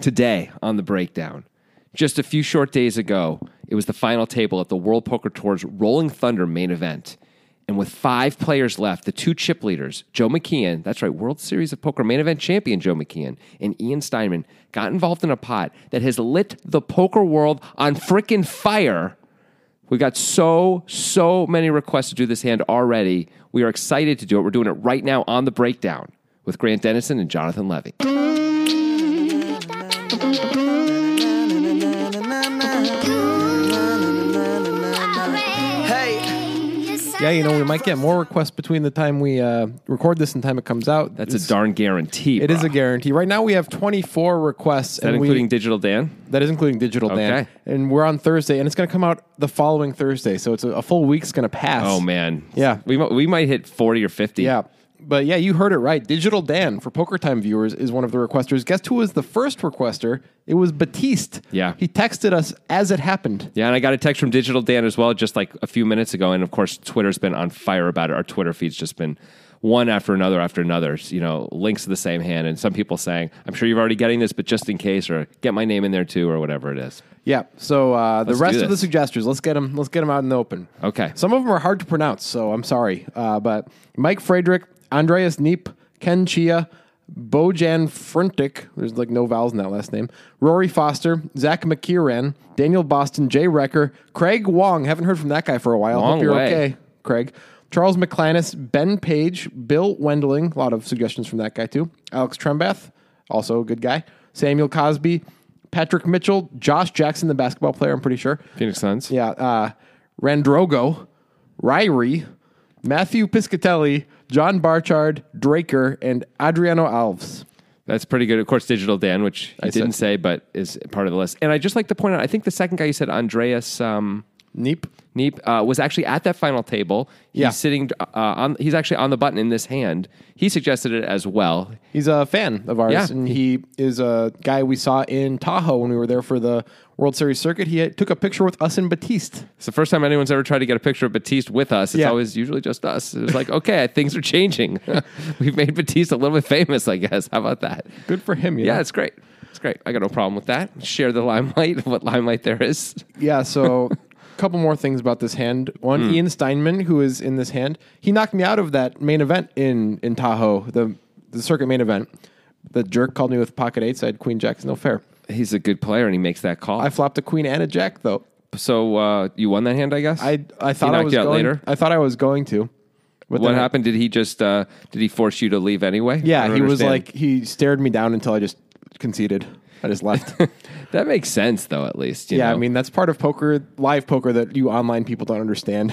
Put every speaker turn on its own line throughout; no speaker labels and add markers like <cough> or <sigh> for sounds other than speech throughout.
today on the breakdown. Just a few short days ago, it was the final table at the World Poker Tour's Rolling Thunder main event. And with five players left, the two chip leaders, Joe McKeon, that's right, World Series of Poker main event champion Joe McKeon, and Ian Steinman, got involved in a pot that has lit the poker world on frickin' fire. We got so, so many requests to do this hand already. We are excited to do it. We're doing it right now on the breakdown with Grant Dennison and Jonathan Levy.
Yeah, you know, we might get more requests between the time we uh, record this and time it comes out.
That's a darn guarantee.
It is a
bruh.
guarantee. Right now, we have 24 requests,
That
and
including
we,
Digital Dan?
that is including digital, Dan.
Okay.
And we're on Thursday, and it's going to come out the following Thursday, so it's a, a full week's going to pass.
Oh, man.
Yeah.
We, mi- we might hit 40 or 50.
Yeah. But yeah, you heard it right. Digital Dan for Poker Time viewers is one of the requesters. Guess who was the first requester? It was Batiste.
Yeah.
He texted us as it happened.
Yeah, and I got a text from Digital Dan as well, just like a few minutes ago. And of course, Twitter's been on fire about it. Our Twitter feed's just been one after another after another. You know, links to the same hand, and some people saying, "I'm sure you're already getting this, but just in case, or get my name in there too, or whatever it is."
Yeah. So uh, the
Let's
rest
do
of the
this.
suggestors, let's get them. Let's get them out in the open.
Okay.
Some of them are hard to pronounce, so I'm sorry. Uh, but Mike Frederick, Andreas Neep, Ken Chia, Bojan Frontic. There's like no vowels in that last name. Rory Foster, Zach McKieran, Daniel Boston, Jay Recker, Craig Wong. Haven't heard from that guy for a while.
Long
Hope you're
way.
okay, Craig. Charles McClanis, Ben Page, Bill Wendling. A lot of suggestions from that guy too. Alex Trembath, also a good guy. Samuel Cosby, Patrick Mitchell, Josh Jackson, the basketball player. I'm pretty sure.
Phoenix Suns.
Yeah, uh, Randrogo, Ryrie, Matthew Piscatelli, John Barchard, Draker, and Adriano Alves.
That's pretty good. Of course, Digital Dan, which I
said-
didn't say, but is part of the list. And I just like to point out, I think the second guy you said, Andreas. Um,
Neep.
Neep uh, was actually at that final table. He's
Yeah.
sitting uh, on. He's actually on the button in this hand. He suggested it as well.
He's a fan of ours,
Yeah.
and he is a guy we saw in Tahoe when we were there for the World Series circuit. He had- took a picture with us and Batiste.
It's the first time anyone's ever tried to get a picture of Batiste with us. It's
Yeah.
always usually just us. It was like, okay, <laughs> things are changing. We've made Batiste a little bit famous, I guess. How about that?
Good for him. you
Yeah,
know?
it's great. It's great. I got no problem with that. Share the limelight, <laughs> what limelight there is.
Yeah, so <laughs> a couple more things about this hand. One,
Hmm.
Ian Steinman, who is in this hand, he knocked me out of that main event in in Tahoe, the the circuit main event. The jerk called me with pocket eights. I had queen jacks, no fair.
He's a good player and he makes that call.
I flopped a queen and a jack though.
so uh, you won that hand, I guess.
I I thought I
knocked
was
you out
going,
later?
I thought I was going to. But
what
then I-
happened? Did he just uh, did he force you to leave anyway? I
yeah,
don't
he was
understand.
like he stared me down until I just conceded. I
<laughs>
just left.
that makes sense though. At least you
yeah, I
know?
mean that's part of poker, live poker that you online people don't understand.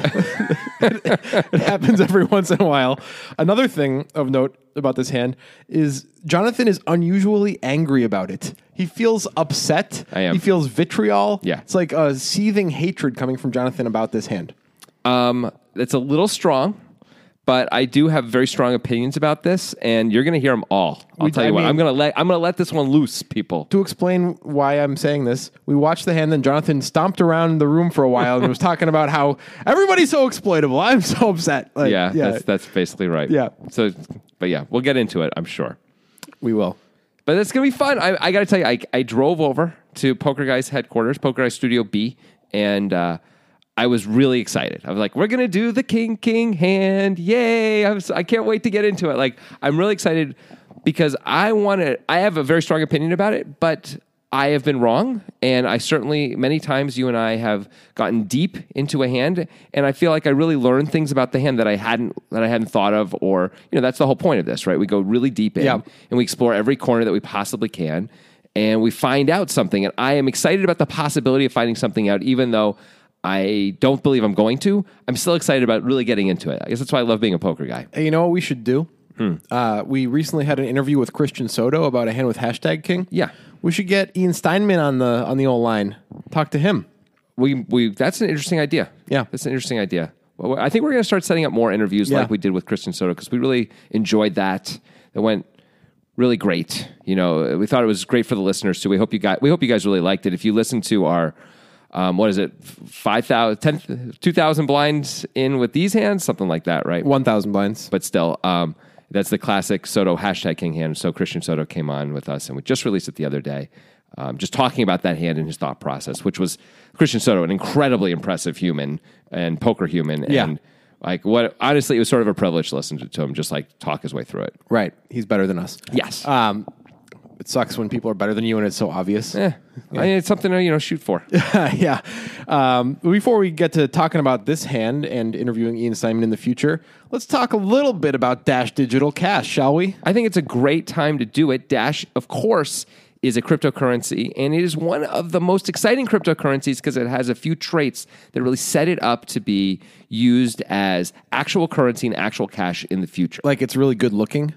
<laughs> it happens every once in a while. Another thing of note about this hand is Jonathan is unusually angry about it. He feels upset.
I am.
He feels vitriol.
Yeah.
It's like a seething hatred coming from Jonathan about this hand.
Um, it's a little strong, but I do have very strong opinions about this, and you're going to hear them all. I'll
We-
tell
I
you what.
mean-
I'm going to let I'm going to let this one loose, people.
To explain why I'm saying this, we watched the hand, then Jonathan stomped around the room for a while and was talking about how everybody's so exploitable. I'm so upset. Like,
yeah, that's that's basically right.
Yeah.
So, but yeah, we'll get into it. I'm sure.
we will.
But it's gonna be fun. I, I gotta tell you, I, I drove over to Poker Guys headquarters, Poker Guys Studio B, and uh, I was really excited. I was like, "We're gonna do the King King hand! Yay! I'm so, I can't wait to get into it. Like, I'm really excited because I want to. I have a very strong opinion about it, but I have been wrong, and I certainly many times you and I have gotten deep into a hand, and I feel like I really learned things about the hand that I hadn't that I hadn't thought of, or you know that's the whole point of this, right? We go really deep in,
Yeah.
and we explore every corner that we possibly can, and we find out something. And I am excited about the possibility of finding something out, even though I don't believe I'm going to. I'm still excited about really getting into it. I guess that's why I love being a poker guy.
Hey, you know what we should do?
Hmm.
Uh, we recently had an interview with Christian Soto about a hand with hashtag King.
Yeah.
we should get Ian Steinman on the on the old line. Talk to him.
we we that's an interesting idea.
Yeah.
that's an interesting idea. Well, I think we're going to start setting up more interviews
Yeah.
like we did with Christian Soto because we really enjoyed that. It went really great. You know, we thought it was great for the listeners too. We hope you got we hope you guys really liked it. If you listen to our um, what is it, 5,000, 10 2,000 blinds in with these hands, something like that, right?
One thousand blinds.
But still, um, That's the classic Soto hashtag King Hand. So Christian Soto came on with us, and we just released it the other day. Um, just talking about that hand and his thought process, which was Christian Soto, an incredibly impressive human and poker human.
Yeah.
And like what honestly, it was sort of a privilege to listen to, to him just like talk his way through it. Uh,
Right. He's better than us.
Yes.
Um, it sucks when people are better than you and it's so obvious.
Eh. I mean, it's something to you know shoot for.
<laughs> yeah. Um, before we get to talking about this hand and interviewing Ian Simon in the future, let's talk a little bit about Dash Digital Cash, shall we?
I think it's a great time to do it. Dash, of course, is a cryptocurrency, and it is one of the most exciting cryptocurrencies because it has a few traits that really set it up to be used as actual currency and actual cash in the future.
Like it's really good looking.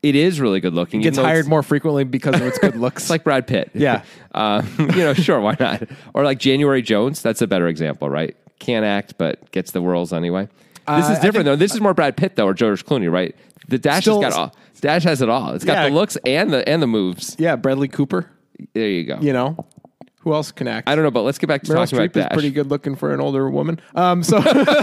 It is really good looking.
Gets hired more frequently because of its good looks.
It's <laughs> like Brad Pitt.
Yeah.
um, you know, sure, why not? Or like January Jones. That's a better example, right? Can't act, but gets the whirls anyway. This
Uh, I
is different
think-
though. This is more Brad Pitt though, or George Clooney, right? The Dash
Still-
has got all. Dash has it all. It's got
Yeah.
the looks and the and the moves.
yeah, Bradley Cooper.
There you go.
You know, who else can act?
I don't know, but let's get back to
Meryl
talking about
Streep is
Dash.
pretty good looking for an older woman. Um, so, <laughs>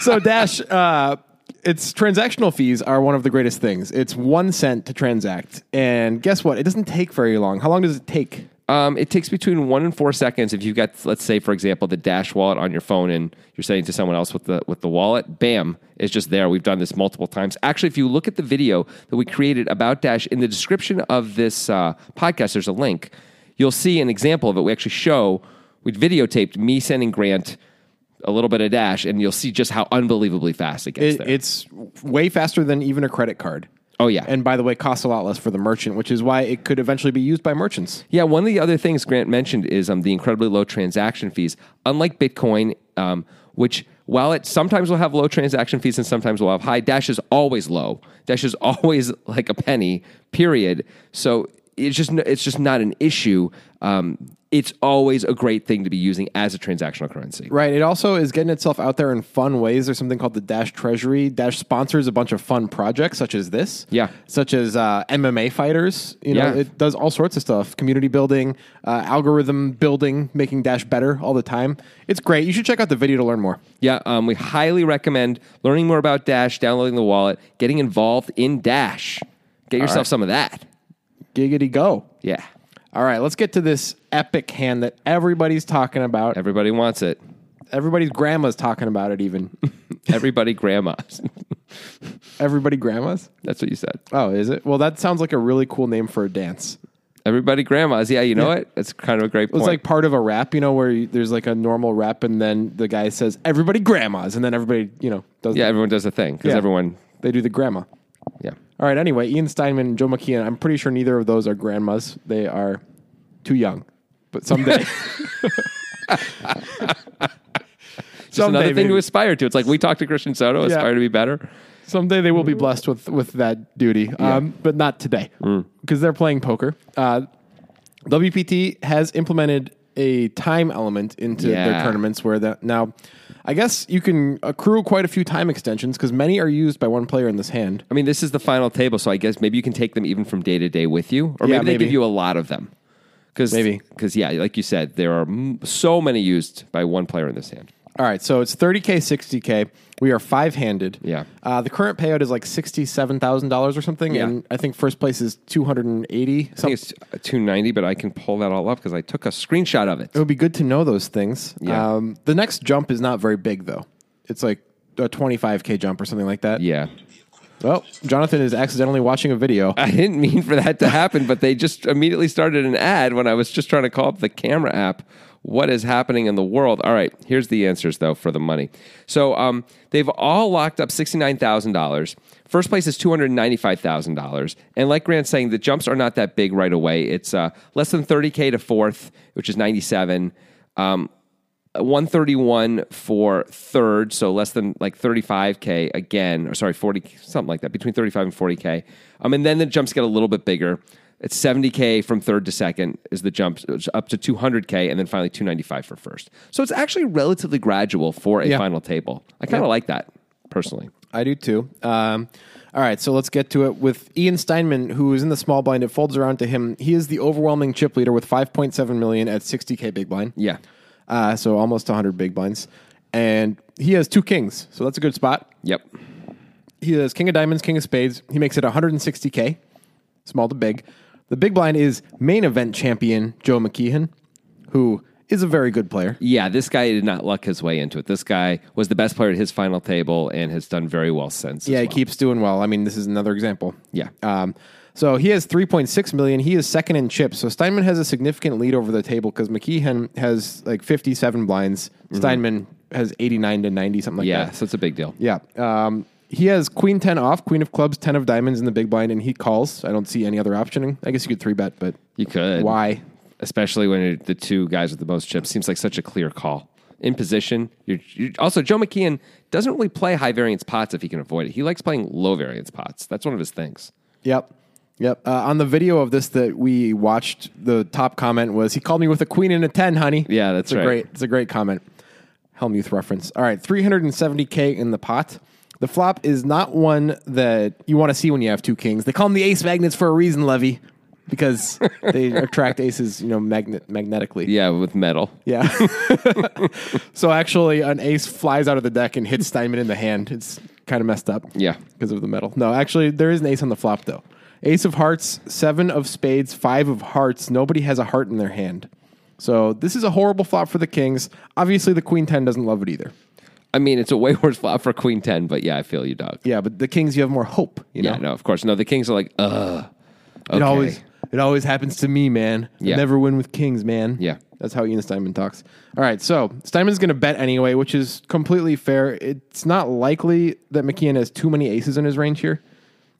so Dash, uh, its transactional fees are one of the greatest things. It's one cent to transact, and guess what? It doesn't take very long. How long does it take?
Um, it takes between one and four seconds if you've got, let's say, for example, the Dash wallet on your phone, and you're saying to someone else with the with the wallet, bam, it's just there. We've done this multiple times. Actually, if you look at the video that we created about Dash in the description of this uh, podcast, there's a link. You'll see an example of it. We actually show we videotaped me sending Grant a little bit of Dash, and you'll see just how unbelievably fast it gets
It,
there.
it's way faster than even a credit card.
oh yeah,
And by the way, costs a lot less for the merchant, which is why it could eventually be used by merchants.
Yeah, one of the other things Grant mentioned is um, the incredibly low transaction fees. Unlike Bitcoin, um, which while it sometimes will have low transaction fees and sometimes will have high, Dash is always low. Dash is <laughs> always like a penny, period. So it's just n- it's just not an issue. Um, it's always a great thing to be using as a transactional currency.
Right. It also is getting itself out there in fun ways. There's something called the Dash Treasury. Dash sponsors a bunch of fun projects, such as this.
Yeah.
Such as uh, MMA fighters. You know,
Yeah.
it does all sorts of stuff. Community building, uh, algorithm building, making Dash better all the time. It's great. You should check out the video to learn more.
Yeah, um, we highly recommend learning more about Dash, downloading the wallet, getting involved in Dash. Get yourself some of that.
Giggity go.
Yeah,
All right. Let's get to this epic hand that everybody's talking about.
everybody wants it.
Everybody's grandma's talking about
<laughs>
it. Even
Everybody grandmas.
everybody grandmas.
<laughs> That's what you said.
Oh, is it? Well, that sounds like a really cool name for a dance.
Everybody grandmas. Yeah, you know it. That's kind of a great
It
point.
was like part of a rap, you know, where you, there's like a normal rap, and then the guy says, "Everybody grandmas," and then everybody, you know, does
yeah, everyone does a thing because
Yeah.
everyone.
they do the grandma.
Yeah.
All right. Anyway, Ian Steinman and Joe McKeon. I'm pretty sure neither of those are grandmas. They are too young, but someday.
<laughs> Just another
someday,
thing to
maybe.
aspire to. It's like we talk to Christian Soto, aspire to be better.
someday they will be blessed with with that duty, um, but not today
Mm.
because they're playing poker. Uh, WPT has implemented a time element into their
Yeah.
tournaments where that now, I guess you can accrue quite a few time extensions because many are used by one player in this hand.
I mean, this is the final table, so I guess maybe you can take them even from day to day with you, or
Yeah,
maybe they
maybe.
give you a lot of them. Cause,
Maybe.
Because, yeah, like you said, there are m- so many used by one player in this hand.
All right, so it's 30K, 60K. We are five handed.
Yeah.
Uh, the current payout is like $67,000 or something.
Yeah.
And I think first place is 280.
I
Something.
think it's 290, but I can pull that all up because I took a screenshot of it.
It would be good to know those things.
Yeah.
Um, the next jump is not very big, though. It's like a 25K jump or something like that.
Yeah.
Well, Jonathan is accidentally watching a video.
<laughs> I didn't mean for that to happen, but they just immediately started an ad when I was just trying to call up the camera app. What is happening in the world? All right, here's the answers though for the money. So um, they've all locked up sixty nine thousand dollars. First place is two hundred ninety five thousand dollars, and like Grant's saying, the jumps are not that big right away. It's uh, less than thirty k to fourth, which is ninety seven. Um, 131 for third, so less than like 35k again, or sorry, 40 something like that, between 35 and 40k. Um, and then the jumps get a little bit bigger. It's 70k from third to second is the jump it's up to 200k, and then finally 295 for first. So it's actually relatively gradual for a
Yeah.
final table. I kind of like that personally.
I do too. Um, all right, so let's get to it with Ian Steinman, who is in the small blind. It folds around to him. He is the overwhelming chip leader with 5.7 million at 60K big blind.
Yeah,
Uh, so almost 100 big blinds. And he has two kings, so that's a good spot.
yep.
He does King of Diamonds, King of Spades. He makes it 160K, small to big. The big blind is main event champion Joe McKeon, who is a very good player.
Yeah, this guy did not luck his way into it. This guy was the best player at his final table and has done very well since. as
Yeah,
well.
he keeps doing well. I mean, this is another example.
Yeah.
Um, so he has 3.6 million. He is second in chips. So Steinman has a significant lead over the table because McKeehan has like 57 blinds. Steinman has 89 to 90, something like
yeah,
that.
so it's a big deal.
Yeah. Um, he has queen 10 off, queen of clubs, 10 of diamonds in the big blind, and he calls. I don't see any other optioning. I guess you could three bet, but
You could.
why?
Especially when you're the two guys with the most chips seems like such a clear call. In position, you're, you also Joe McKeon doesn't really play high variance pots if he can avoid it. He likes playing low variance pots. That's one of his things.
Yep. Yep. Uh, on the video of this that we watched, the top comment was, "He called me with a queen and a ten, honey."
Yeah, that's
It's a
right.
Great. It's a great comment. Helmuth reference. All right, 370k in the pot. The flop is not one that you want to see when you have two kings. They call them the ace magnets for a reason, Levy, because
<laughs>
they attract aces, you know, magnet magnetically.
Yeah, with metal.
Yeah. <laughs> so actually, an ace flies out of the deck and hits Steinman in the hand. It's kind of messed up.
Yeah.
Because of the metal. No, actually, there is an ace on the flop, though. Ace of hearts, seven of spades, five of hearts. Nobody has a heart in their hand. So this is a horrible flop for the Kings. Obviously, the Queen 10 doesn't love it either.
I mean, it's a way worse flop for Queen Ten, but yeah, I feel you, dog.
Yeah, but the Kings, you have more hope. You
Yeah,
know?
no, of course, no. The Kings are like, ugh. Okay.
It always it always happens to me, man. I
Yeah.
never win with kings, man.
Yeah.
That's how Ian Steinman talks. All right, so Steinman's going to bet anyway, which is completely fair. It's not likely that McKeon has too many aces in his range here.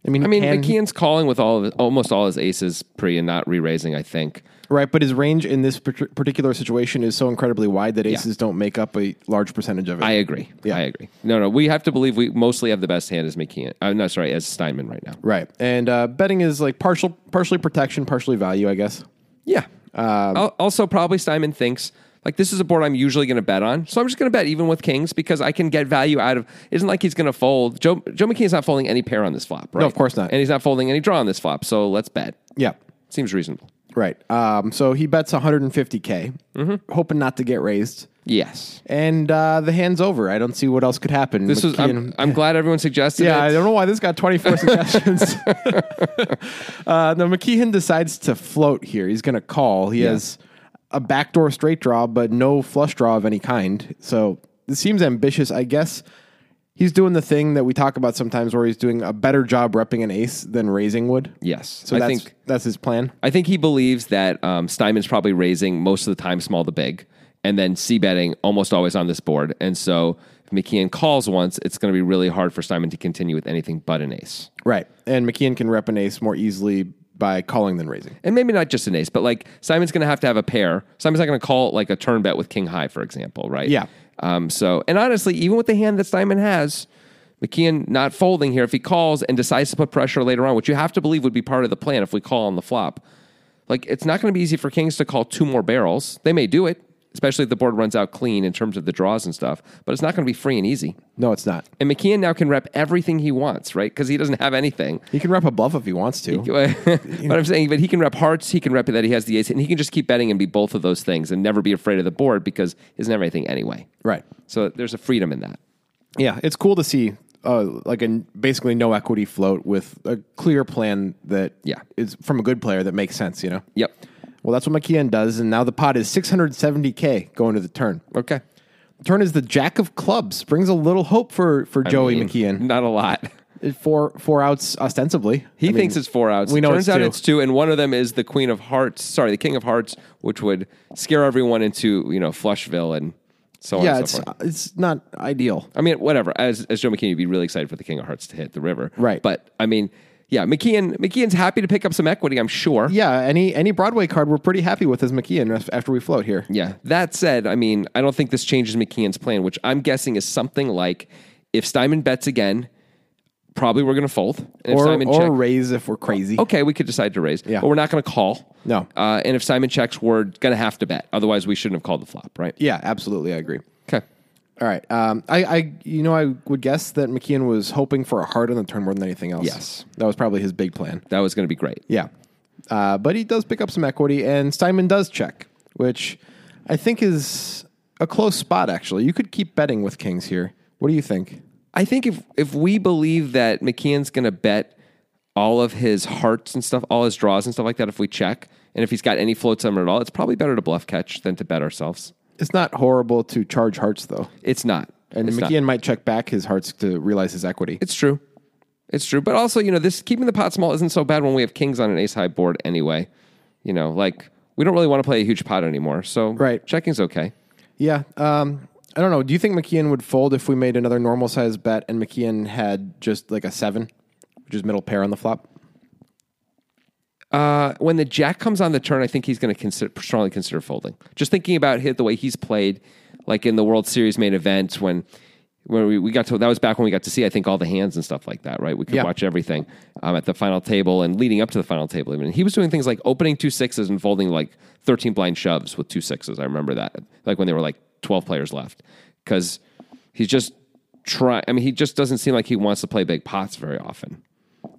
I mean,
I mean,
can-
McKeon's calling with all of, almost all his aces pre and not re-raising. I think.
right? But his range in this par- particular situation is so incredibly wide that aces don't make up a large percentage of it.
I agree.
Yeah.
I agree. No, no, we have to believe we mostly have the best hand as McKeon. I'm not sorry, as Steinman right now.
right, and uh, betting is like partial, partially protection, partially value, I guess.
Yeah.
Um,
Al also, probably Steinman thinks like this is a board I'm usually going to bet on, so I'm just going to bet even with kings because I can get value out of. It isn't like he's going to fold. Joe Joe McKeon's not folding any pair on this flop, right?
of course not.
And he's not folding any draw on this flop, so let's bet.
Yeah.
Seems reasonable.
Right. Um, so he bets 150k,
Mm-hmm.
hoping not to get raised.
Yes.
And uh, the hand's over. I don't see what else could happen.
This was. I'm,
McKeon-
I'm glad everyone suggested.
yeah, I
it.
don't know why this
<laughs>
got 24 suggestions. <laughs> uh, now, McKeon decides to float here. He's going to call. He has a backdoor straight draw, but no flush draw of any kind. So this seems ambitious. I guess he's doing the thing that we talk about sometimes where he's doing a better job repping an ace than raising would.
Yes.
So
I
that's,
think-
that's his plan.
I think he believes that um, Steinman's probably raising most of the time small to big, and then c betting almost always on this board. And so if McKeon calls once, it's going to be really hard for Steinman to continue with anything but an ace,
Right. And McKeon can rep an ace more easily by calling than raising.
and maybe not just an ace, but like Simon's going to have to have a pair. Simon's not going to call like a turn bet with King High, for example, right?
Yeah.
Um, so and honestly, even with the hand that Steinman has. McKeon not folding here. If he calls and decides to put pressure later on, which you have to believe would be part of the plan if we call on the flop, like it's not going to be easy for kings to call two more barrels. They may do it, especially if the board runs out clean in terms of the draws and stuff, but it's not going to be free and easy.
No, it's not.
And McKeon now can rep everything he wants, right? Because he doesn't have anything.
He can rep a bluff if he wants
<laughs>
to.
but I'm saying, but he can rep hearts, he can rep that he has the ace, and he can just keep betting and be both of those things and never be afraid of the board because he doesn't have anything anyway.
Right.
So there's a freedom in that.
Yeah, it's cool to see uh, like a basically no equity float with a clear plan that
Yeah.
is from a good player that makes sense, you know?
Yep.
Well, that's what McKeon does, and now the pot is 670K going to the turn.
Okay.
The turn is the Jack of Clubs. Brings a little hope for, for Joey
I mean,
McKeon.
Not a lot.
Four, four outs, ostensibly.
He thinks it's four outs.
we know
Turns
it's
out
two.
it's two, and one of them is the Queen of Hearts. Sorry, the King of Hearts, which would scare everyone into you know Flushville and so on.
Yeah,
and so
it's,
forth.
it's not ideal.
I mean, whatever. As as Joe McKeon, you'd be really excited for the King of Hearts to hit the river,
Right.
But I mean, yeah, McKeon McKeon's happy to pick up some equity, I'm sure.
Yeah, any any Broadway card we're pretty happy with as McKeon af- after we float here.
Yeah. That said, I mean, I don't think this changes McKeon's plan, which I'm guessing is something like if Steinman bets again, probably we're going to fold. And if
Or,
Steinman
or
check- Oh.
raise if we're crazy.
okay, we could decide to raise,
Yeah.
but we're not going to call.
No.
Uh, and if Simon checks, we're going to have to bet. Otherwise, we shouldn't have called the flop, right?
Yeah, absolutely, I agree.
Okay.
All right, um, I, I you know I would guess that McKeon was hoping for a heart on the turn more than anything else.
Yes.
that was probably his big plan.
That was going to be great.
Yeah, uh, but he does pick up some equity, and Steinman does check, which I think is a close spot. Actually, you could keep betting with kings here. What do you think?
I think if if we believe that McKeon's going to bet all of his hearts and stuff, all his draws and stuff like that, if we check and if he's got any floats on it at all, it's probably better to bluff catch than to bet ourselves.
It's not horrible to charge hearts though,
It's not.
and
it's not.
McKeon might check back his hearts to realize his equity.
It's true. It's true. But also, you know, this keeping the pot small isn't so bad when we have kings on an ace high board anyway. You know, like we don't really want to play a huge pot anymore. So
Right.
checking's okay.
Yeah. Um, I don't know. Do you think McKeon would fold if we made another normal size bet and McKeon had just like a seven, which is middle pair on the flop?
Uh, when the jack comes on the turn, I think he's going to consider, strongly consider folding. Just thinking about hit the way he's played, like in the World Series main event when when we, we got to that was back when we got to see I think all the hands and stuff like that. Right, we could
Yeah.
watch everything um, at the final table and leading up to the final table. Even he was doing things like opening two sixes and folding like thirteen blind shoves with two sixes. I remember that, like when there were like twelve players left, because he's just trying. I mean, he just doesn't seem like he wants to play big pots very often.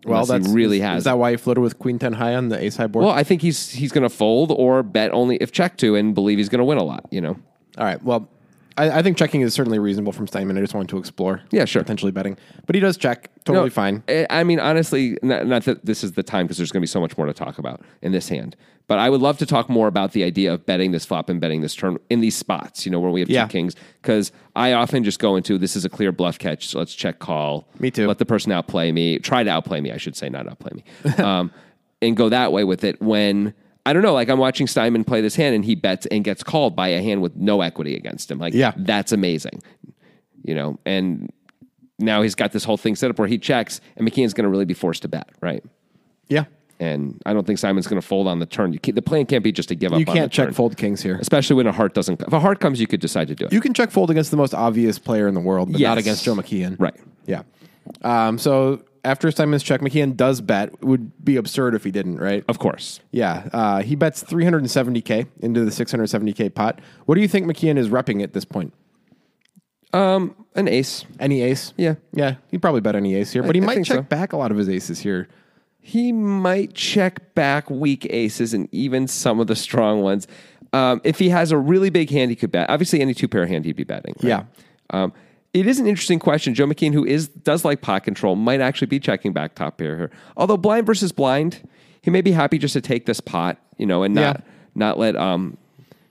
Unless he really
is,
has.
Is that why he floated with Queen Ten high on the ace high board?
Well, I think he's he's going to fold or bet only if check to and believe he's going to win a lot. You know,
All right. Well, I, I think checking is certainly reasonable from Steinman. I just wanted to explore.
Yeah, sure.
Potentially betting, but he does check. Totally
No,
fine.
I, I mean, honestly, not, not that this is the time because there's going to be so much more to talk about in this hand. But I would love to talk more about the idea of betting this flop and betting this turn in these spots. You know, where we have
Yeah.
two kings because I often just go into this is a clear bluff catch. So let's check call.
Me too.
Let the person outplay me. Try to outplay me. I should say not outplay
<laughs>
me. um, and go that way with it when. I don't know. Like I'm watching Steinman play this hand, and he bets and gets called by a hand with no equity against him. Like,
Yeah.
that's amazing. You know, and now he's got this whole thing set up where he checks and McKeon's going to really be forced to bet, right?
Yeah.
And I don't think Simon's going to fold on the turn. You can't, the plan can't be just to give up.
You
on the
can't check
turn.
fold kings here.
especially when a heart doesn't. If a heart comes, you could decide to do it.
You can check fold against the most obvious player in the world, but
Yes.
not against Joe McKeon.
Right.
Yeah. Um, so after Steinman's check, McKeon does bet. It would be absurd if he didn't, right?
of course,
Yeah, uh, he bets 370k into the 670k pot. What do you think McKeon is repping at this point?
an ace.
Any ace?
Yeah.
yeah, he probably bet any ace here, but he
I
might
think
check
so.
back a lot of his aces here.
He might check back weak aces and even some of the strong ones. Um, if he has a really big hand, he could bet. Obviously, any two pair hand, he'd be betting. right?
Yeah.
Um, it is an interesting question. Joe McKean, who is does like pot control, might actually be checking back top pair here. Although blind versus blind, he may be happy just to take this pot, you know, and not
Yeah.
not let um,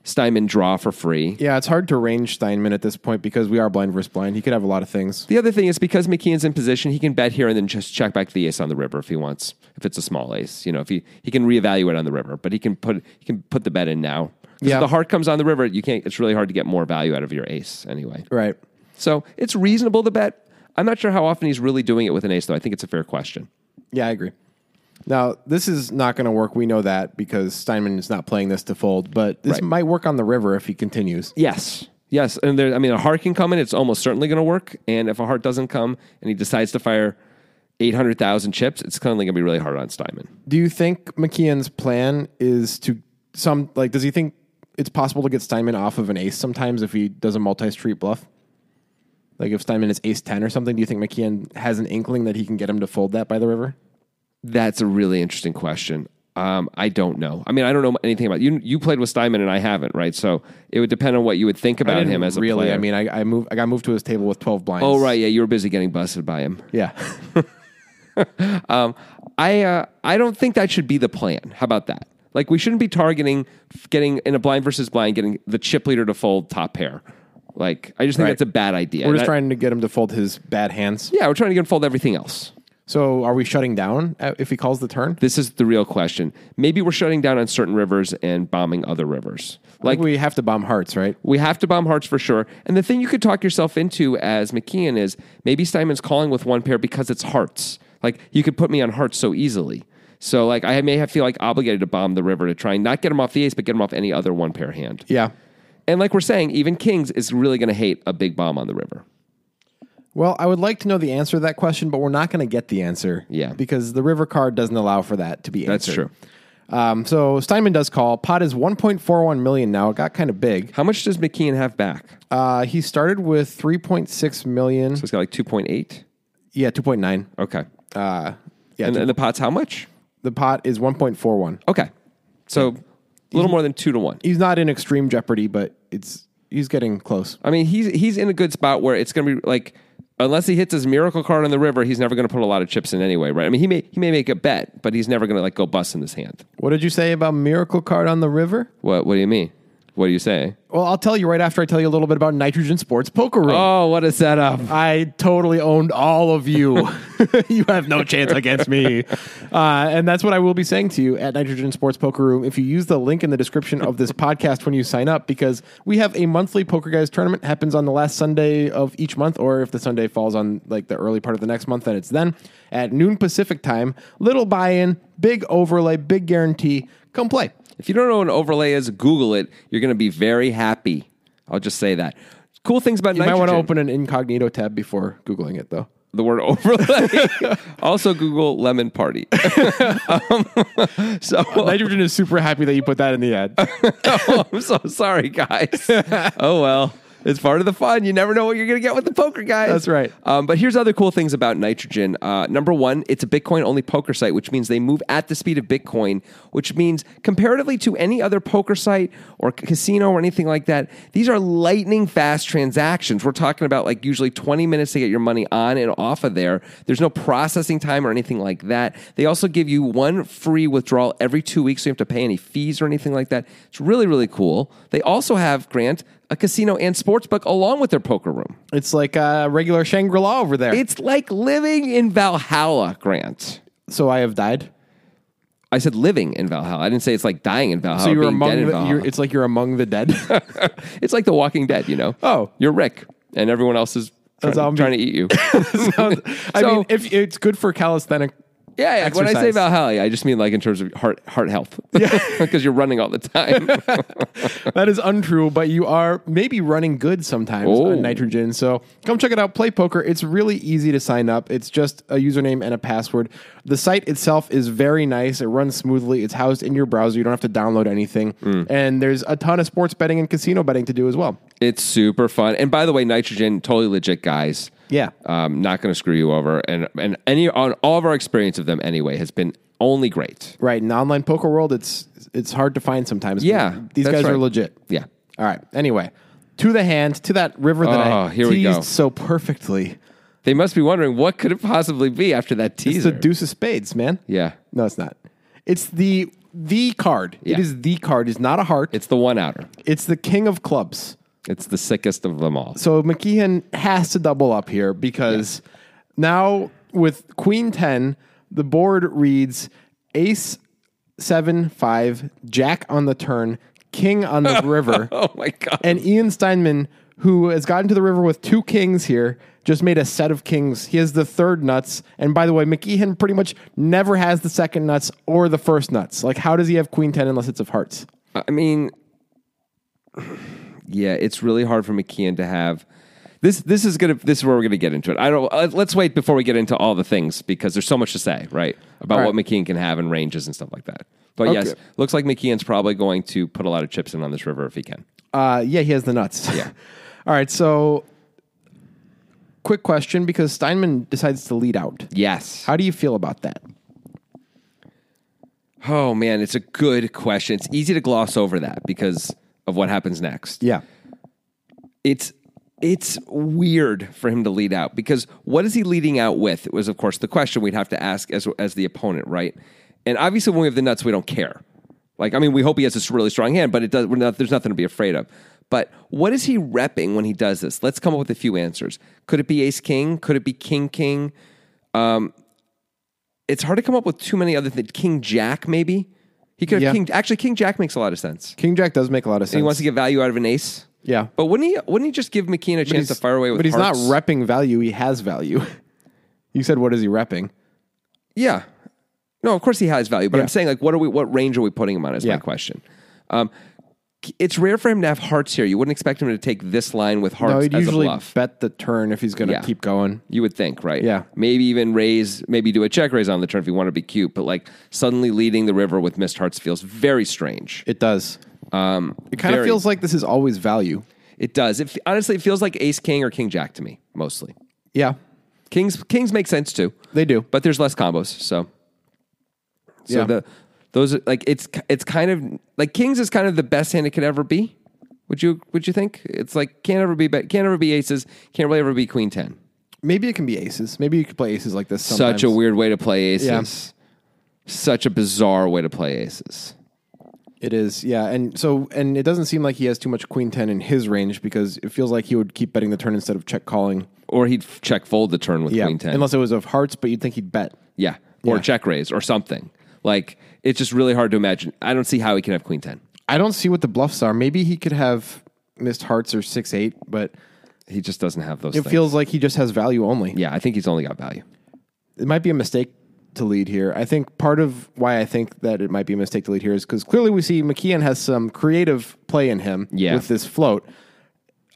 Steinman draw for free.
Yeah, it's hard to range Steinman at this point because we are blind versus blind. He could have a lot of things.
The other thing is because McKeon's in position, he can bet here and then just check back the ace on the river if he wants. If it's a small ace, you know, if he he can reevaluate on the river, but he can put he can put the bet in now. 'Cause
Yeah.
If the heart comes on the river, you can't. It's really hard to get more value out of your ace anyway.
Right.
So it's reasonable to bet. I'm not sure how often he's really doing it with an ace, though. I think it's a fair question.
Yeah, I agree. Now, this is not going to work. We know that because Steinman is not playing this to fold, but this
Right.
might work on the river if he continues.
Yes. Yes. And there, I mean, a heart can come in, it's almost certainly going to work. And if a heart doesn't come and he decides to fire 800,000 chips, it's currently going to be really hard on Steinman.
Do you think McKeon's plan is to some like? Does he think it's possible to get Steinman off of an ace sometimes if he does a multi-street bluff? Like if Steinman is ace ten or something, do you think McKeon has an inkling that he can get him to fold that by the river?
That's a really interesting question. Um, I don't know. I mean, I don't know anything about you. You played with Steinman and I haven't, right? So it would depend on what you would think about him as a
really.
player.
I mean, I, I moved. I got moved to his table with twelve blinds.
oh, right. Yeah. You were busy getting busted by him.
<laughs> Yeah.
Um, I uh, I don't think that should be the plan. How about that? Like we shouldn't be targeting f- getting in a blind versus blind, getting the chip leader to fold top pair. Like I just think
Right.
that's a bad idea.
We're just
That-
trying to get him to fold his bad hands.
Yeah, we're trying to get him to fold everything else.
So are we shutting down uh, if he calls the turn?
This is the real question. Maybe we're shutting down on certain rivers and bombing other rivers. Like
Like we have to bomb hearts, right?
We have to bomb hearts for sure. And the thing you could talk yourself into as McKeon is maybe Steinman's calling with one pair because it's hearts. Like you could put me on hearts so easily. So like I may have feel like obligated to bomb the river to try and not get him off the ace, but get him off any other one pair hand.
Yeah.
And like we're saying, even Kings is really going to hate a big bomb on the river.
Well, I would like to know the answer to that question, but we're not going to get the answer.
Yeah.
Because the river card doesn't allow for that to be answered.
That's true.
Um, so Steinman does call. Pot is 1.41 million now. It got kind of big.
How much does McKeon have back? So
Uh, he started with 3.6 million.
he's got like two point eight.
Yeah, 2.9.
Okay.
Uh, yeah,
And,
two-
and the pot's how much?
the pot is 1.41.
Okay. So a little more than two to one.
He's not in extreme jeopardy, but it's he's getting close.
I mean, he's he's in a good spot where it's going to be like unless he hits his miracle card on the river, he's never going to put a lot of chips in anyway, right? I mean, he may he may make a bet, but he's never going to like go bust in his hand.
What did you say about Miracle Card on the River?
What What do you mean? What do you say?
Well, I'll tell you right after I tell you a little bit about Nitrogen Sports Poker Room.
Oh, what a setup!
I totally owned all of you. <laughs> you have no chance against me. Uh, and that's what I will be saying to you at Nitrogen Sports Poker Room if you use the link in the description of this podcast when you sign up, because we have a monthly Poker Guys tournament happens on the last Sunday of each month, or if the Sunday falls on like the early part of the next month, then it's then at noon Pacific time. Little buy-in, big overlay, big guarantee. Come play.
If you don't know what an overlay is, Google it. You're going to be very happy. I'll just say that. Cool things about
You might
nitrogen.
want to open an incognito tab before googling it, though.
the word overlay. <laughs> also, Google lemon party. <laughs> um, <laughs> so
Nitrogen is super happy that you put that in the ad.
<laughs> oh, I'm so sorry, guys.
<laughs>
oh well, it's part of the fun. You never know what you're going to get with the poker, guys.
That's right.
Um, but here's other cool things about Nitrogen. Uh, number one, it's a Bitcoin only poker site, which means they move at the speed of Bitcoin, which means comparatively to any other poker site or c- casino or anything like that, these are lightning fast transactions. We're talking about like usually 20 minutes to get your money on and off of there. There's no processing time or anything like that. They also give you one free withdrawal every two weeks, so you don't have to pay any fees or anything like that. It's really, really cool. They also have, Grant, a casino and sportsbook along with their poker room.
<laughs> It's like a regular Shangri La over there.
It's like living in Valhalla, Grant.
so I have died.
I said living in Valhalla. I didn't say it's like dying in Valhalla.
So you're
being dead
among.
in
The,
Valhalla.
you're, it's like you're among the dead. <laughs>
<laughs> it's like The Walking Dead, you know.
Oh.
you're Rick, and everyone else is
A
trying,
zombie.
trying to eat
<laughs>
you.
Sounds- I
So-
mean, if it's good for calisthenic.
yeah, yeah. When I say
Exercise.
Valhalla, I just mean like in terms of heart heart
<laughs>
health. <laughs> because you're running all the time.
That is untrue, but you are maybe running good sometimes
Oh.
on nitrogen. So come check it out. Play poker. It's really easy to sign up. It's just a username and a password. The site itself is very nice. It runs smoothly. It's housed in your browser. You don't have to download anything.
Mm.
And there's a ton of sports betting and casino betting to do as well.
It's super fun. And by the way, nitrogen, totally legit guys.
Yeah.
Um, not going to screw you over. And and any on all of our experience of them anyway has been only great.
Right. In the online poker world, it's it's hard to find sometimes.
Yeah,
These
that's
guys are
right.
legit.
Yeah.
All right. Anyway, to the hand, to that river that
Oh,
I
here
teased
we go.
so perfectly.
They must be wondering what could it possibly be after that
It's the
teaser.
deuce of spades, man.
yeah.
No, it's not. It's the the card.
Yeah.
It is the card. It's not a heart. It's,
It's the one outer.
the king of clubs.
It's the sickest of them all. <laughs>
So McKeon has to double up here because now with queen 10, the board reads ace 7 5, jack on the turn, king on the river.
Oh my god.
and Ian Steinman, who has gotten to the river with two kings here, just made a set of kings. He has the third nuts, and by the way, McKeehan pretty much never has the second nuts or the first nuts. Like, how does he have queen ten unless it's of hearts?
I mean, <sighs> yeah, it's really hard for McKeon to have. This this is gonna this is where we're gonna get into it. I don't. uh, Let's wait before we get into all the things because there's so much to say, right? About
All right.
what McKeon can have and ranges and stuff like that. But yes,
Okay.
looks like McKeon's probably going to put a lot of chips in on this river if he can.
Uh, yeah, he has the nuts.
Yeah.
<laughs> All right. So, quick question because Steinman decides to lead out.
Yes.
How do you feel about that?
Oh man, it's a good question. It's easy to gloss over that because of what happens next.
Yeah.
it's it's weird for him to lead out because what is he leading out with? It was, of course, the question we'd have to ask as as the opponent, right? And obviously, when we have the nuts, we don't care. Like, I mean, we hope he has this really strong hand, but it does. We're not, there's nothing to be afraid of. But what is he repping when he does this? Let's come up with a few answers. Could it be Ace King? Could it be King King? Um, It's hard to come up with too many other things. King Jack, maybe. He could have
Yeah.
King. Actually, King Jack makes a lot of sense.
King Jack does make a lot of sense.
He wants to get value out of an ace.
Yeah.
But wouldn't he? Wouldn't he just give McKean a chance to fire away with?
but he's
hearts?
not repping value. He has value. <laughs> you said, what is he repping?
Yeah. No, of course he has value, but I'm saying like, what are we? What range are we putting him on? Is my
Yeah.
question. Um, it's rare for him to have hearts here. You wouldn't expect him to take this line with hearts
No, he'd
as
usually
a bluff.
bet the turn if he's going to
Yeah.
keep going.
You would think, right?
Yeah.
Maybe even raise, maybe do a check raise on the turn if you want to be cute. But like suddenly leading the river with missed hearts feels very strange.
It does.
Um,
It kind of
very-
feels like this is always value.
It does. It, f- honestly, it feels like Ace King or King Jack to me mostly.
Yeah,
Kings Kings make sense too.
they do.
but there's less combos. So, so
Yeah.
the those are, like it's it's kind of like kings is kind of the best hand it could ever be. Would you would you think it's like can't ever be bet can't ever be aces can't really ever be queen ten.
Maybe it can be aces. Maybe you could play aces like this. Sometimes.
Such a weird way to play aces. Such a bizarre way to play aces.
It is, yeah, and so and it doesn't seem like he has too much queen ten in his range because it feels like he would keep betting the turn instead of check calling.
Or he'd f- check fold the turn with
Yeah,
queen ten.
unless it was of hearts, but you'd think he'd bet.
yeah. Or
Yeah.
check raise or something. Like it's just really hard to imagine. I don't see how he can have queen ten.
I don't see what the bluffs are. Maybe he could have missed hearts or six eight, but
He just doesn't have those
it
things.
feels like he just has value only.
yeah, I think he's only got value.
It might be a mistake to lead here. I think part of why I think that it might be a mistake to lead here is because clearly we see McKeon has some creative play in him
Yeah.
with this float.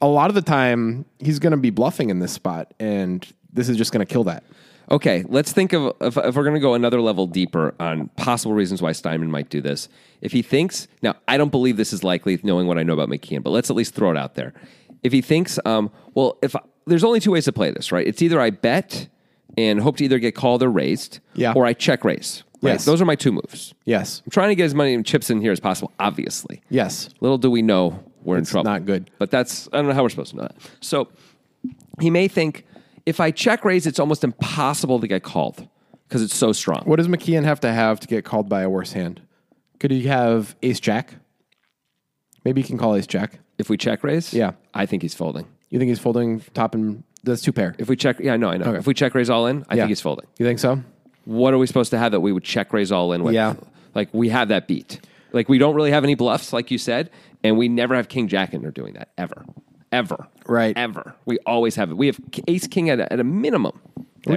A lot of the time, he's going to be bluffing in this spot, and this is just going to kill that.
Okay, let's think of if, if we're going to go another level deeper on possible reasons why Steinman might do this. If he thinks, now I don't believe this is likely, knowing what I know about McKeon, but let's at least throw it out there. If he thinks, um, well, if there's only two ways to play this, right? It's either I bet and hope to either get called or raised,
Yeah.
or I check raise. Right?
Yes.
those are my two moves.
Yes.
I'm trying to get as many chips in here as possible. Obviously,
Yes.
Little do we know we're in trouble.
not good.
But that's I don't know how we're supposed to know that. So he may think if I check raise, it's almost impossible to get called because it's so strong.
What does McKeon have to have to get called by a worse hand? Could he have ace jack? Maybe he can call ace jack.
If we check raise,
Yeah.
I think he's folding.
You think he's folding top and that's two pair.
If we check, yeah, I know, I know. If we check raise all in, I think he's folding.
You think so?
What are we supposed to have that we would check raise all in with?
Yeah.
Like we have that beat. Like we don't really have any bluffs, like you said, and we never have king jack in there doing that ever, ever,
Right.
Ever. We always have it. We have ace king at a, at a minimum.
We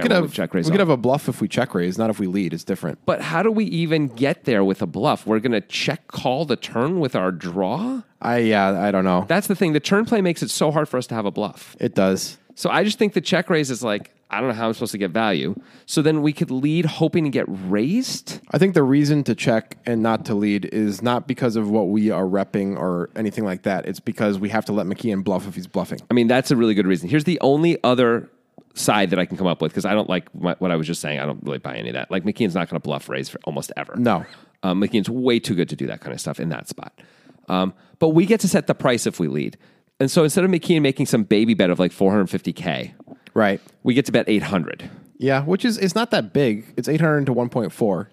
there
could
when
have
check
we
raise.
could
all
have a bluff if we check raise, not if we lead. It's different.
But how do we even get there with a bluff? We're going to check call the turn with our draw?
I yeah, I don't know.
That's the thing. The turn play makes it so hard for us to have a bluff.
It does.
So I just think the check raise is like, I don't know how I'm supposed to get value. So then we could lead hoping to get raised.
I think the reason to check and not to lead is not because of what we are repping or anything like that. It's because we have to let McKeon bluff if he's bluffing.
I mean, that's a really good reason. Here's the only other side that I can come up with because I don't like my, what I was just saying. I don't really buy any of that. Like McKeon's not going to bluff raise for almost ever.
No.
um, McKeon's way too good to do that kind of stuff in that spot. Um, but we get to set the price if we lead, and so instead of McKeon making some baby bet of like 450k,
Right.
we get to bet 800.
Yeah, which is it's not that big. It's 800 to 1.4.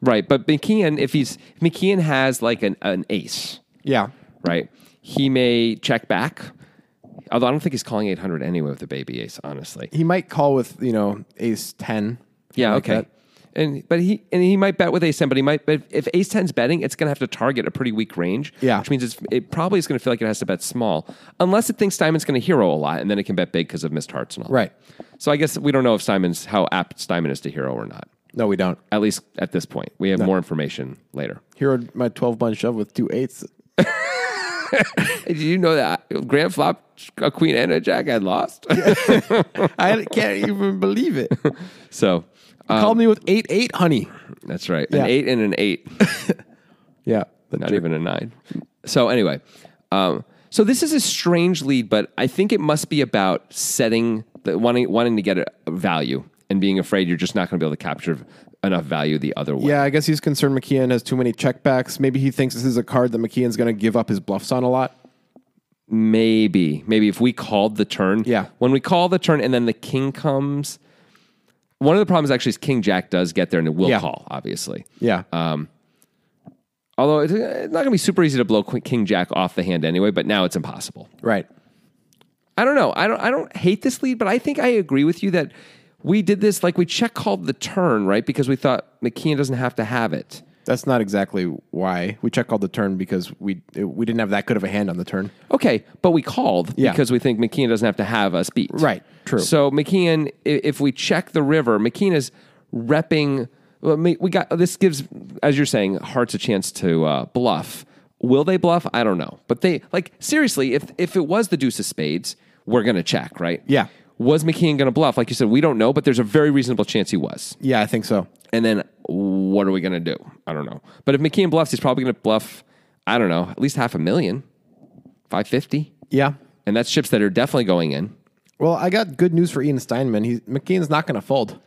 Right, but McKeon, if he's if McKeon has like an, an ace,
Yeah.
right? He may check back. Although I don't think he's calling 800 anyway with the baby ace, honestly.
He might call with, you know, ace 10.
Yeah,
like
okay.
that.
And but he and he might bet with ace ten, but he might. But if ace ten's betting, it's going to have to target a pretty weak range.
Yeah.
which means it's, it probably is going to feel like it has to bet small, unless it thinks Steinman's going to hero a lot, and then it can bet big because of missed hearts and all. that.
Right.
So I guess we don't know if Steinman's how apt Steinman is to hero or not.
No, we don't.
At least at this point, we have more information later.
Hero my 12 bunch shove with two eights. <laughs>
Did you know that Grant flopped a queen and a jack? I lost.
I can't even believe it.
<laughs> Um, so uh,
Call me with eight eight, honey.
that's right,
Yeah.
an eight and an eight.
Yeah.
not even a nine. So anyway, um, so this is a strange lead, but I think it must be about setting the wanting wanting to get a a value and being afraid you're just not going to be able to capture enough value the other way.
Yeah, I guess he's concerned McKeon has too many checkbacks. Maybe he thinks this is a card that McKeon's going to give up his bluffs on a lot.
Maybe, maybe if we called the turn.
Yeah.
when we call the turn and then the king comes. One of the problems actually is King Jack does get there and it will
Yeah.
call, obviously.
Yeah.
Uh, Although it's uh, it's not going to be super easy to blow Qu- King Jack off the hand anyway, but now it's impossible.
right.
I don't know. I don't. I don't hate this lead, but I think I agree with you that we did this like we check called the turn right because we thought McKeon doesn't have to have it.
That's not exactly why we check called the turn because we we didn't have that good of a hand on the turn.
Okay, but we called
Yeah.
because we think McKeon doesn't have to have us beat.
Right, true.
So McKeon, i- if we check the river, McKeon is repping. well, me- We got this gives, as you're saying, Hearts a chance to uh, bluff. Will they bluff? I don't know. But they like seriously. If if it was the Deuce of Spades, we're gonna check, right?
Yeah.
Was McKeon going to bluff? Like you said, we don't know, but there's a very reasonable chance he was.
Yeah, I think so.
And then what are we going to do? I don't know. But if McKeon bluffs, he's probably going to bluff, I don't know, at least half a million, 550.
Yeah.
And that's chips that are definitely going in.
Well, I got good news for Ian Steinman. He's McKeon's not going to fold.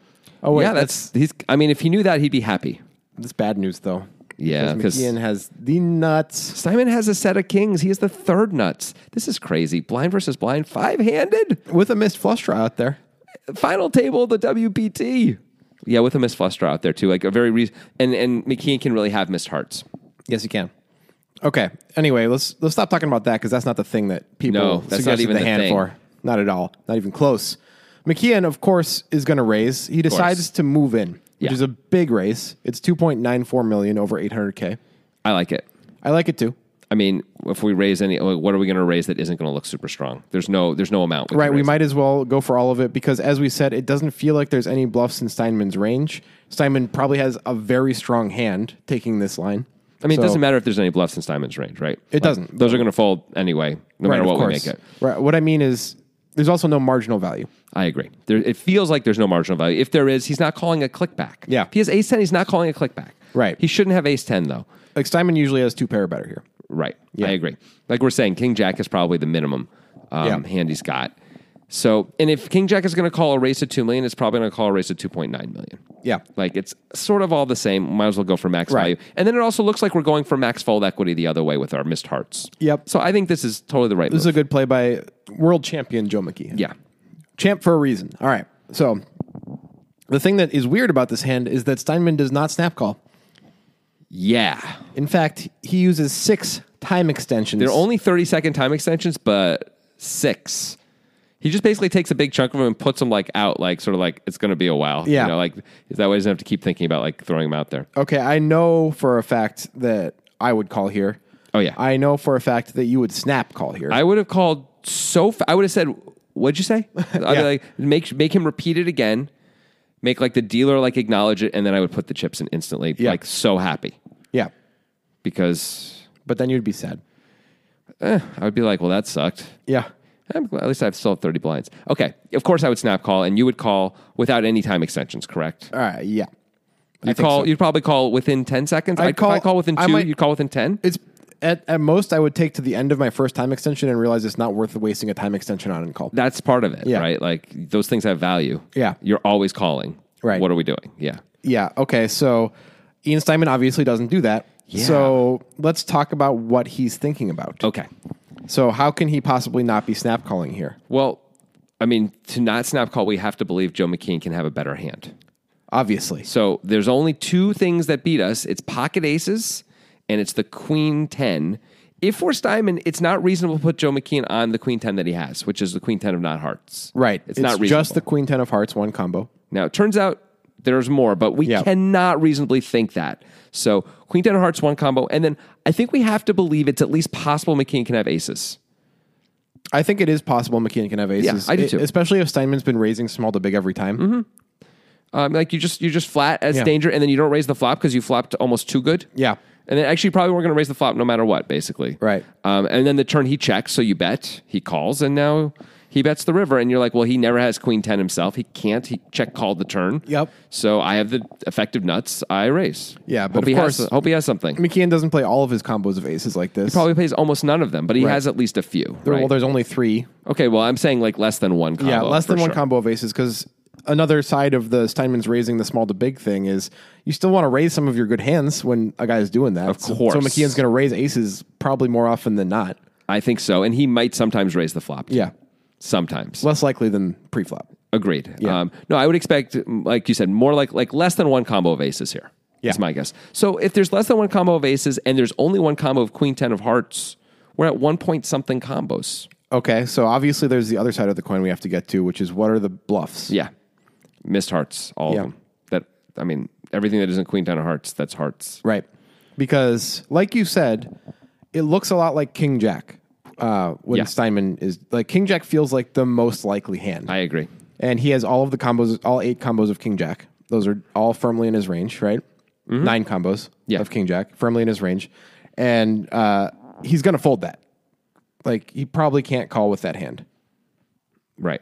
Oh wait,
yeah, that's, he's, I mean, if he knew that, he'd be happy.
that's that's bad news though.
Yeah, 'cause-
McKeon has the nuts.
Simon has a set of kings. He is the third nuts. This is crazy. Blind versus blind, five handed.
With a missed flush draw out there.
final table of the WPT. Yeah, with a Miss Flustra out there too, like a very reason. And and McKeon can really have missed hearts.
Yes, you can. Okay. Anyway, let's let's stop talking about that because that's not the thing that people
No, that's not
suggested
even
the
the
hand
thing.
for. Not at all. Not even close. McKeon, of course, is going to raise. He decides to move in, which
Yeah.
is a big raise. It's two point nine four million over eight hundred k.
I like it.
I like it too.
I mean, if we raise any, what are we going to raise that isn't going to look super strong? There's no, there's no amount. can
Right, we
raise.
might as well go for all of it because, as we said, it doesn't feel like there's any bluffs in Steinman's range. Steinman probably has a very strong hand taking this line.
I mean,
So-
it doesn't matter if there's any bluffs in Steinman's range, right? It
doesn't.
Those are going to fold anyway, no matter
of
what we
course.
make it.
Right, what I mean is, there's also no marginal value.
I agree. There, it feels like there's no marginal value. If there is, he's not calling a click back.
Yeah.
If he has ace 10, he's not calling a click back.
Right.
He shouldn't have ace 10, though.
Like Steinman usually has two pair or better here.
Right. I agree. Like we're saying, King Jack is probably the minimum um,
Yeah.
hand he's got. So, and if King Jack is going to call a race of 2 million, it's probably going to call a race of 2.9 million.
Yeah.
Like it's sort of all the same. Might as well go for max
Right.
value. And then it also looks like we're going for max fold equity the other way with our missed hearts.
Yep.
So I think this is totally the right
This is
move.
a good play by world champion Joe McKee.
yeah.
Champ for a reason. All right. So the thing that is weird about this hand is that Steinman does not snap call.
Yeah.
In fact, he uses six time extensions.
They're only 30 second time extensions, but six. He just basically takes a big chunk of them and puts them like out, like sort of like it's going to be a while.
Yeah.
You know, like that way he doesn't have to keep thinking about like throwing them out there.
Okay, I know for a fact that I would call here.
Oh, yeah.
I know for a fact that you would snap call here.
I would have called so. Fa- I would have said, "What'd you
<laughs>
say?" I'd be
Yeah.
like, "Make make him repeat it again." Make like the dealer like acknowledge it, and then I would put the chips in instantly.
Yeah.
Like so happy
yeah.
because
But then you'd be sad.
I would be like, "Well, that sucked."
Yeah.
I'm glad, at least I've still have 30 blinds. Okay, of course I would snap call, and you would call without any time extensions. Correct?
All right, yeah.
You
think
call.
so.
You'd probably call within 10 seconds.
I'd
I'd call,
call-
call within
I
two.
might-
you'd call within 10.
It's at, at most I would take to the end of my first time extension and realize it's not worth wasting a time extension on and call.
That's part of it,
Yeah.
right? Like those things have value.
Yeah.
you're always calling.
Right.
What are we doing? Yeah.
Yeah. Okay. So Ian Steinman obviously doesn't do that.
Yeah.
So let's talk about what he's thinking about.
Okay.
So how can he possibly not be snap calling here?
Well, I mean, to not snap call, we have to believe Joe McKean can have a better hand.
Obviously.
So there's only two things that beat us it's pocket aces and it's the queen 10. If we're Steinman, it's not reasonable to put Joe McKean on the queen 10 that he has, which is the queen 10 of not hearts.
Right.
It's, not reasonable.
just the Queen Ten of Hearts one combo.
now, it turns out there's more, but we
Yeah.
cannot reasonably think that. So queen 10 of hearts, one combo. And then I think we have to believe it's at least possible McKean can have aces.
I think it is possible McKeon can have aces.
I do
e-
too. Mm-hmm.
Especially if Steinman's been raising small to big every time.
Um, like you just you just flat as
Yeah.
danger, and then you don't raise the flop because you flopped almost too good.
Yeah.
and then actually probably weren't going to raise the flop no matter what, basically.
Right.
Um, and then the turn he checks, so you bet he calls, and now he bets the river, and you're like, well, he never has queen ten himself. He can't. He check called the turn.
Yep.
So I have the effective nuts. I raise.
Yeah, but
hope
of
he
course-
has, hope he has something.
McKeon doesn't play all of his combos of aces like this.
Probably plays almost none of them, but he has at least a few.
There-
right?
Well, there's only three.
okay, well, I'm saying like less than one. Combo,
yeah, less than
for
one
sure.
combo of aces because another side of the Steinman's raising the small to big thing is you still want to raise some of your good hands when a guy's doing that. Of
course.
So, McKeon's going to raise aces probably more often than not.
I think so, and he might sometimes raise the flop. too.
Yeah.
sometimes.
Less likely than preflop.
Agreed. Um, no, I would expect, like you said, more like like less than one combo of aces here.
Yeah.
That's my guess. So if there's less than one combo of aces and there's only one combo of queen ten of hearts, we're at one point something combos.
Okay, so obviously there's the other side of the coin we have to get to, which is what are the bluffs?
Yeah, missed hearts, all
Yeah.
of them. That I mean, everything that isn't queen ten of hearts, that's hearts.
Right. Because, like you said, it looks a lot like King Jack uh, when
Yeah.
Steinman is like King Jack feels like the most likely hand,
I agree.
and he has all of the combos, all eight combos of King Jack. Those are all firmly in his range, right? Nine combos
Mm-hmm. Yeah.
of King Jack firmly in his range, and uh, he's going to fold that. Like he probably can't call with that hand.
Right?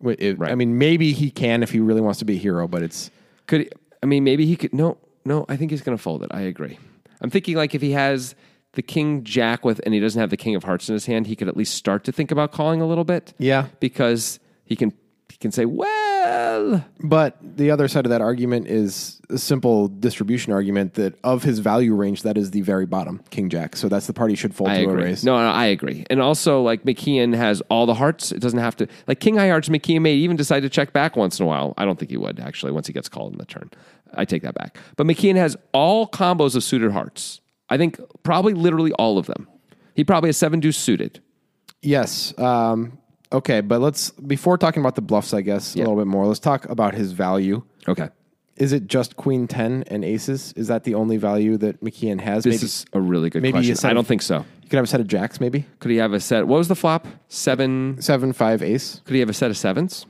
Wi- if-
Right.
I mean, maybe he can if he really wants to be a hero, but it's
Could he- I mean maybe he could? No, no. I think he's going to fold it. I agree. I'm thinking like if he has the king jack with and he doesn't have the king of hearts in his hand, he could at least start to think about calling a little bit.
yeah,
because he can he can say, "Well, well.
But the other side of that argument is a simple distribution argument that of his value range, that is the very bottom, King Jack. So that's the part he should fold
I
to
agree.
a raise.
No, no, I agree. And also, like McKeon has all the hearts. It doesn't have to like King High Hearts. McKeon may even decide to check back once in a while. I don't think he would actually once he gets called in the turn. I take that back. But McKeon has all combos of suited hearts. I think probably literally all of them. He probably has seven deuce suited.
Yes. Um, okay, but let's before talking about the bluffs, I guess a little bit more. Let's talk about his value.
Okay,
Is it just Queen Ten and Aces? Is that the only value that McKeon has?
this
maybe
is a really good
maybe you
question.
said-
I don't think so.
you could have a set of Jacks, maybe
Could he have a set? What was the flop? Seven.
seven five Ace.
Could he have a set of sevens?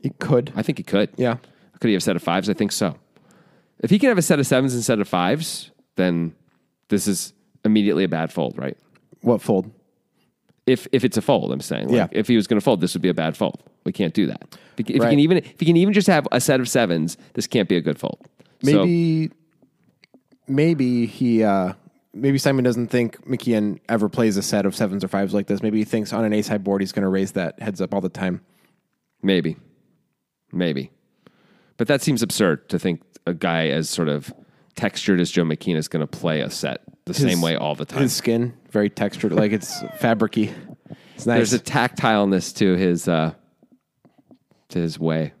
He could.
I think he could.
Yeah.
Could he have a set of fives? I think so. If he can have a set of sevens instead of fives, then this is immediately a bad fold, right?
What fold?
If if it's a fold, I'm saying. Like,
Yeah.
If he was going to fold, this would be a bad fold. We can't do that. If, if
Right.
he can even if he can even just have a set of sevens, this can't be a good fold. So-
Maybe, maybe he, uh, maybe Simon doesn't think McKeon ever plays a set of sevens or fives like this. Maybe he thinks on an ace high board he's going to raise that heads up all the time.
Maybe. Maybe. But that seems absurd to think a guy as sort of textured as Joe McKean is going to play a set the same way all the time.
His skin very textured,
<laughs>
like it's fabricy. It's nice.
There's a tactileness to his uh, to his way.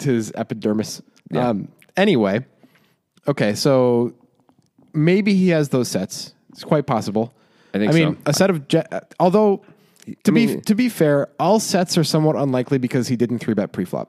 to his epidermis. Um, anyway, okay, so maybe he has those sets. It's quite possible.
I think
I mean,
so.
a set of ja- although to be
mean-
to be fair, all sets are somewhat unlikely because he didn't three bet preflop.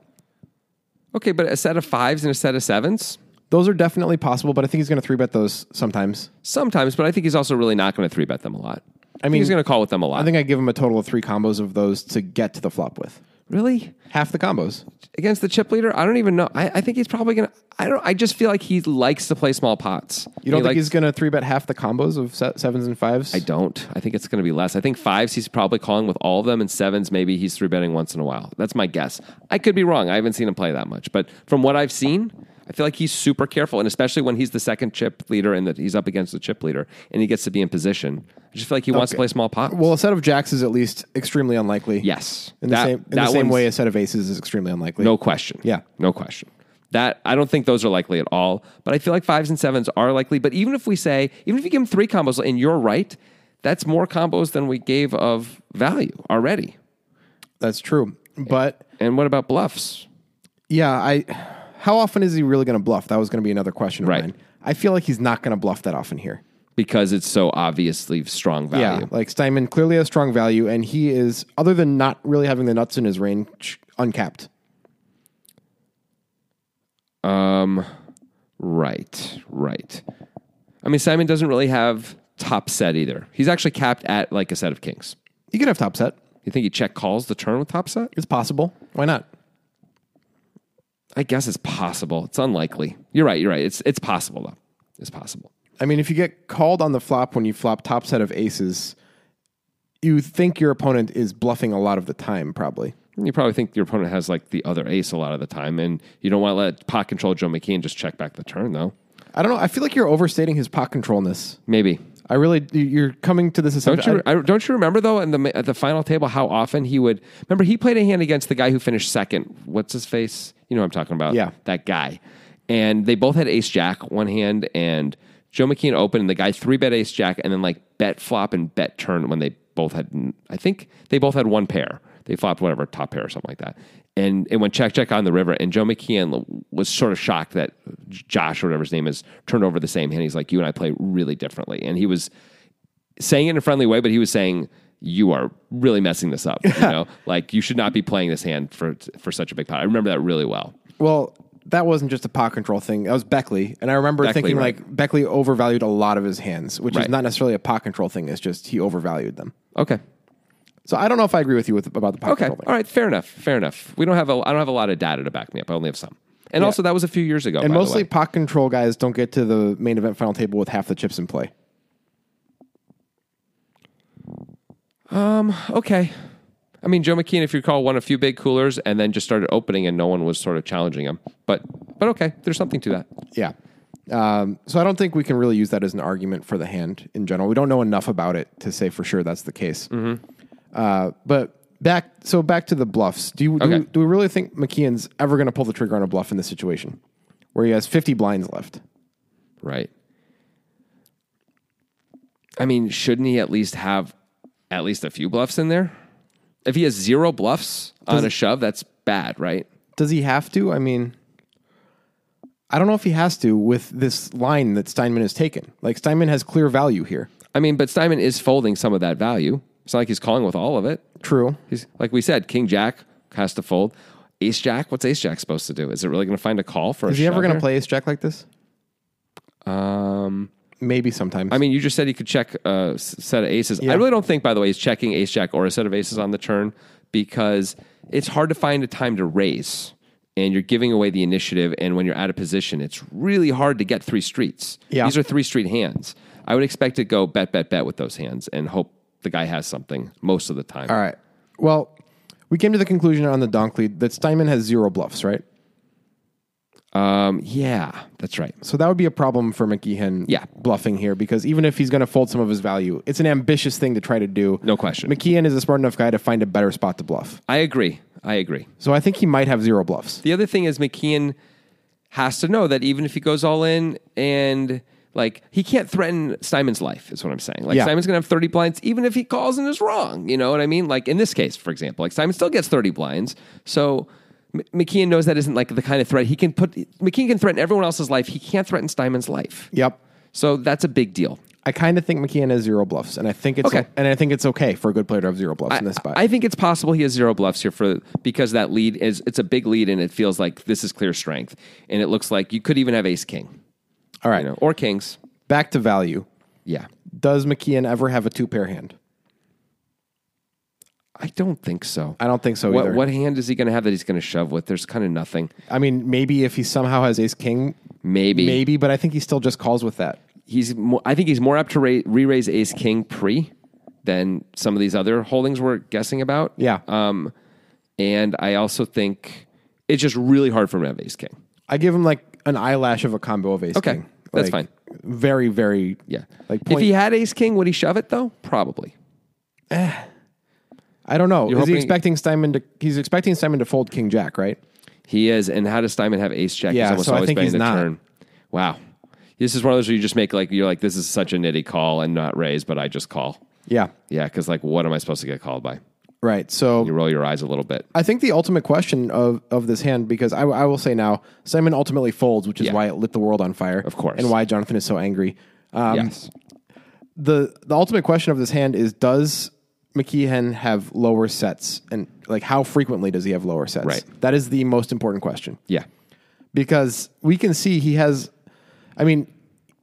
Okay, but a set of fives and a set of sevens
Those are definitely possible, but I think he's going to three bet those sometimes.
sometimes. But I think he's also really not going to three bet them a lot. I,
mean-
mean, he's going to call with them a lot.
I think I give him a total of three combos of those to get to the flop with
really
half the combos.
against the chip leader. I don't even know. I, I think he's probably going to. I don't. I just feel like he likes to play small pots.
You
He
don't think
likes-
he's going to three bet half the combos of se- sevens and fives?
I don't. I think it's going to be less. I think fives he's probably calling with all of them, and sevens maybe he's three betting once in a while. That's my guess. I could be wrong. I haven't seen him play that much, but from what I've seen, I feel like he's super careful, and especially when he's the second chip leader and that he's up against the chip leader and he gets to be in position. I just feel like he wants to play small pots.
well, a set of jacks is at least extremely unlikely.
yes,
In the
That-
same in the
that
same
one's-
way a set of aces is extremely unlikely.
No question.
Yeah.
No question. That I don't think those are likely at all. But I feel like fives and sevens are likely. But even if we say, even if you give them three combos, and you're right, that's more combos than we gave of value already.
That's true. But
And what about bluffs?
yeah, I how often is he really going to bluff? That was going to be another question of
Right.
mine. I feel like he's not going to bluff that often here.
Because it's so obviously strong value.
Yeah, like Steinman clearly has strong value, and he is other than not really having the nuts in his range, uncapped.
Right, right. I mean, Simon doesn't really have top set either. He's actually capped at like a set of kings.
He could have top set.
You think he check calls the turn with top set?
It's possible. Why not?
I guess it's possible. It's unlikely. You're right. You're right. It's it's possible though. It's possible.
I mean, if you get called on the flop when you flop top set of aces, you think your opponent is bluffing a lot of the time, probably.
You probably think your opponent has like the other ace a lot of the time, and you don't want to let pot control Joe McKean just check back the turn though.
I don't know. I feel like you're overstating his pot controlness.
Maybe.
I really, you- you're coming to this
Don't
assumption.
you, I, don't you remember though in the at the final table how often he would remember he played a hand against the guy who finished second. What's his face? You know what I'm talking about.
Yeah.
that guy. And they both had Ace Jack one hand, and Joe McKean opened, and the guy three bet Ace Jack, and then like bet flop and bet turn when they both had. I think they both had one pair. They flopped whatever top pair or something like that, and it went check check on the river. And Joe McKeon was sort of shocked that Josh or whatever his name is turned over the same hand. He's like, "You and I play really differently," and he was saying it in a friendly way, but he was saying you are really messing this up. You know, like you should not be playing this hand for for such a big pot. I remember that really well.
Well, that wasn't just a pot control thing. That was Beckley, and I remember
Beckley,
thinking
right.
like Beckley overvalued a lot of his hands, which is
Right.
not necessarily a pot control thing. It's just he overvalued them.
Okay,
So I don't know if I agree with you with about the pot
okay,
control thing.
all right, fair enough, fair enough. We don't have a I don't have a lot of data to back me up. I only have some, and also that was a few years ago.
And
by the
mostly
way.
pot control guys don't get to the main event final table with half the chips in play.
okay. I mean, Joe McKean, if you recall, won a few big coolers and then just started opening, and no one was sort of challenging him. But but okay, there's something to that.
Yeah. Um, so I don't think we can really use that as an argument
Mm-hmm.
for the hand in general. We don't know enough about it to say for sure that's the case. Uh, but back. So back to the bluffs. Do you do,
Okay.
we, do we really think McKeon's ever going to pull the trigger on a bluff in this situation, where he has fifty blinds left?
Right. I mean, shouldn't he at least have at least a few bluffs in there? If he has zero bluffs on a shove, that's bad, right?
Does he have to? I mean, I don't know if he has to with this line that Steinman has taken. Like Steinman has clear value here.
I mean, but Steinman is folding some of that value. It's not like he's calling with all of it.
True.
He's like we said, King Jack has to fold. Ace Jack, what's Ace Jack supposed to do? Is it really going to find a call for?
Is he ever going to play ace jack like this?
Um,
Maybe sometimes.
I mean, you just said he could check a s- set of aces. I really don't think, by the way, he's checking ace jack or a set of aces on the turn because it's hard to find a time to raise, and you're giving away the initiative. And when you're out of position, it's really hard to get three streets.
Yeah.
these are three street hands. I would expect to go bet, bet, bet with those hands and hope the guy has something most of the time.
all right. Well, we came to the conclusion on the donk lead that Steinman has zero bluffs, right?
Um, yeah, that's right.
So that would be a problem for McKeehan
Yeah.
bluffing here because even if he's going to fold some of his value, it's an ambitious thing to try to do.
No question.
McKeehan is a smart enough guy to find a better spot to bluff.
I agree. I agree.
So I think he might have zero bluffs.
The other thing is McKeon has to know that even if he goes all in and like he can't threaten Steinman's life is what I'm saying. Like
Yeah.
Steinman's gonna have 30 blinds even if he calls and is wrong. You know what I mean? Like in this case, for example, like Steinman still gets 30 blinds. So M- McKeon knows that isn't like the kind of threat he can put. McKeon can threaten everyone else's life. He can't threaten Steinman's life.
Yep.
So that's a big deal.
I kind of think McKeon has zero bluffs, and I think it's
Okay.
and I think it's okay for a good player to have zero bluffs in this spot.
I I think it's possible he has zero bluffs here for because that lead is it's a big lead and it feels like this is clear strength and it looks like you could even have ace king
All right,
you know or kings
back to value.
Yeah.
Does McKeon ever have a two pair hand?
I don't think so.
I don't think so
What,
either.
what hand is he going to have that he's going to shove with? There's kind of nothing.
I mean, maybe if he somehow has ace king,
Maybe.
maybe, but I think he still just calls with that.
He's more, I think he's more apt to ra- re-raise ace king pre than some of these other holdings we're guessing about.
Yeah.
Um, and I also think it's just really hard for him to have ace king.
I give him like an eyelash of a combo of ace
Okay,
king.
that's
Like, Very, very
Yeah.
Like
if
point,
he had ace king, would he shove it though? Probably.
I don't know. Is he
hoping-
expecting Steinman to? He's expecting Steinman to fold king jack, right?
He is. And how does Steinman have ace jack?
Yeah,
he's almost
so I
always
think
betting
he's
the
not.
turn. Wow. This is one of those where you just make like you're like this is such a nitty call and not raise, but I just call.
Yeah,
Yeah, because like, what am I supposed to get called by?
right. So
You roll your eyes a little bit.
I think the ultimate question of of this hand, because I, I will say now, Steinman ultimately folds, which is
Yeah.
why it lit the world on fire, of
course.
and why Jonathan is so angry. Um,
yes.
the The ultimate question of this hand is: Does McKeehan have lower sets, and like how frequently does he have lower sets?
Right.
That is the most important question.
Yeah.
because we can see he has. I mean,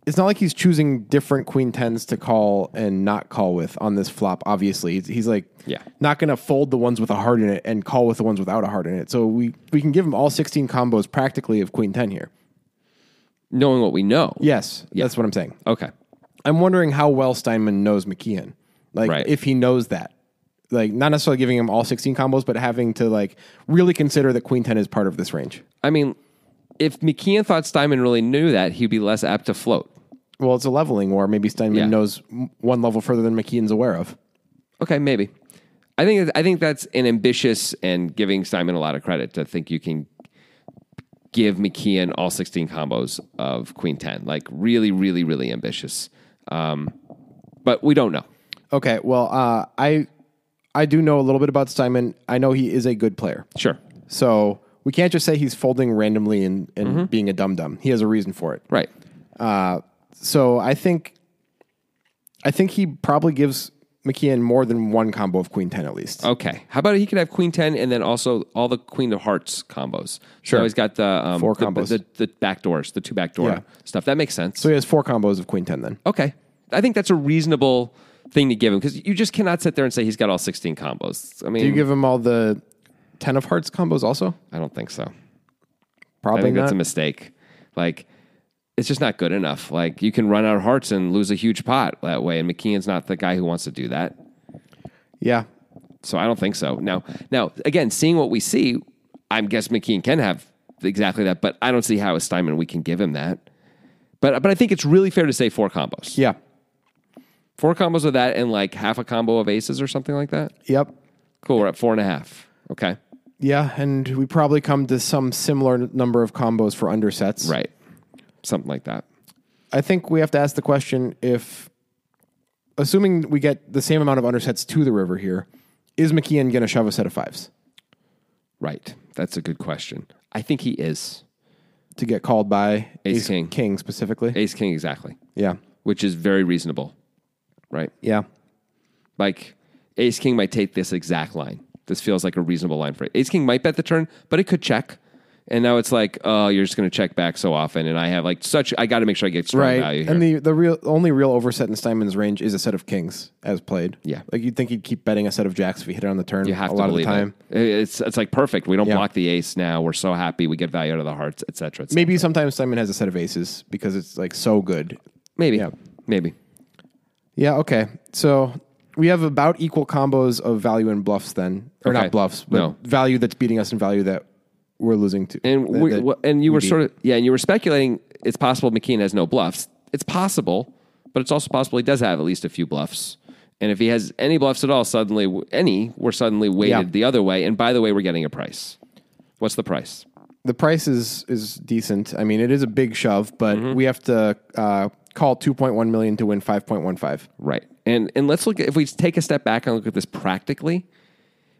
it's not like he's choosing different queen tens to call and not call with on this flop. Obviously, he's, he's like
Yeah.
not going to fold the ones with a heart in it and call with the ones without a heart in it. So we we can give him all sixteen combos practically of queen ten here.
Knowing what we know.
Yes, that's what I'm saying.
Okay.
I'm wondering how well Steinman knows McKeon. Like
Right.
if he knows that. Like not necessarily giving him all 16 combos, but having to like really consider that queen 10 is part of this range.
I mean, if McKeon thought Steinman really knew that, he'd be less apt to float.
Well, it's a leveling war. Maybe Steinman
Yeah.
knows m- one level further than McKeon's aware of.
Okay, maybe. I think I think that's an ambitious and giving Steinman a lot of credit to think you can give McKeon all 16 combos of Queen 10. Like really, really, really ambitious. Um, but we don't know.
Okay, well, uh, I I do know a little bit about Steinman. I know he is a good player,
Sure.
so we can't just say he's folding randomly and, and
Mm-hmm.
being a dum dum. He has a reason for it.
Right.
So I think I think he probably gives McKeon more than one combo of Queen Ten at least.
Okay. How about he could have queen 10 and then also all the queen of hearts combos? Sure. So he's got the um,
Four
the,
combos.
The, the, back doors, the two back door
Yeah.
stuff. That makes sense.
So he has four combos of Queen Ten then.
okay. I think that's a reasonable thing to give him because you just cannot sit there and say he's got all 16 combos. I mean,
Do you give him all the Ten of Hearts combos also?
I don't think so. I
Probably
think
not.
that's a mistake. Like, it's just not good enough. Like, you can run out of hearts and lose a huge pot that way. And McKeon's not the guy who wants to do that.
yeah,
So I don't think so. Now, now again, seeing what we see, I'm guess McKean can have exactly that, but I don't see how as Steinman we can give him that. But but I think it's really fair to say four combos,
yeah,
four combos of that, and like half a combo of aces or something like that.
yep.
Cool. We're at four and a half. Okay.
Yeah, and we probably come to some similar n- number of combos for undersets.
Right. Something like that.
I think we have to ask the question if, assuming we get the same amount of undersets to the river here, is McKeon going to shove a set of fives
Right. That's a good question. I think he is.
to get called by
Ace king.
King specifically?
Ace King, exactly.
Yeah.
Which is very reasonable. Right.
Yeah.
Like Ace King might take this exact line. This feels like a reasonable line for it. Ace King might bet the turn, but it could check. And now it's like, oh, you're just going to check back so often. And I have like such, I got to make sure I get strong
Right.
value here.
And the, the real only real overset in Steinman's range is a set of kings as played.
Yeah.
Like you'd think he'd keep betting a set of jacks if he hit it on the turn
you have
a
to
lot of the
believe
time.
it. It- It's, it's like perfect. We don't
Yeah.
block the ace now. We're so happy. We get value out of the hearts, et cetera. et cetera.
Maybe sometimes Steinman has a set of aces because it's like so good.
Maybe.
Yeah.
Maybe.
Yeah, okay. So we have about equal combos of value and bluffs then. Or
Okay.
not bluffs, but
No.
value that's beating us and value that we're losing to.
And
that-
we,
that
wha- and you
we
were
beat.
sort of yeah, and you were speculating it's possible McKean has no bluffs. It's possible, but it's also possible he does have at least a few bluffs. And if he has any bluffs at all, suddenly w- any, we're suddenly weighted
Yeah.
the other way. And by the way, we're getting a price. What's the price?
the price is is decent. I mean, it is a big shove, but
Mm-hmm.
we have to uh, call 2.1 million to win 5.15.
Right. And and let's look at if we take a step back and look at this practically.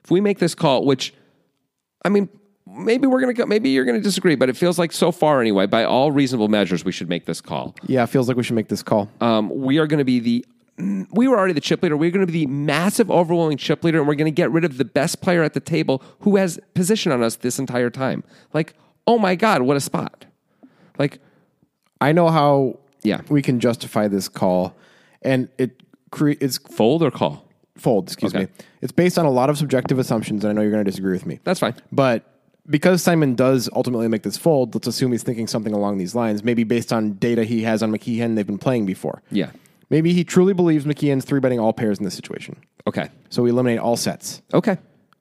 If we make this call, which I mean, maybe we're gonna go, maybe you're gonna disagree, but it feels like so far anyway, by all reasonable measures, we should make this call.
Yeah, it feels like we should make this call.
um, we are going to be the we were already the chip leader. We're going to be the massive, overwhelming chip leader, and we're going to get rid of the best player at the table who has position on us this entire time. Like, oh my god, what a spot! Like,
I know how
Yeah.
we can justify this call, and it cre- it's
fold or call?
fold. Excuse
Okay.
me. It's based on a lot of subjective assumptions, and I know you're going to disagree with me.
That's fine.
But because Simon does ultimately make this fold, let's assume he's thinking something along these lines, maybe based on data he has on McKeehan they've been playing before.
Yeah.
Maybe he truly believes McKeehan's three betting all pairs in this situation.
Okay.
So we eliminate all sets.
Okay.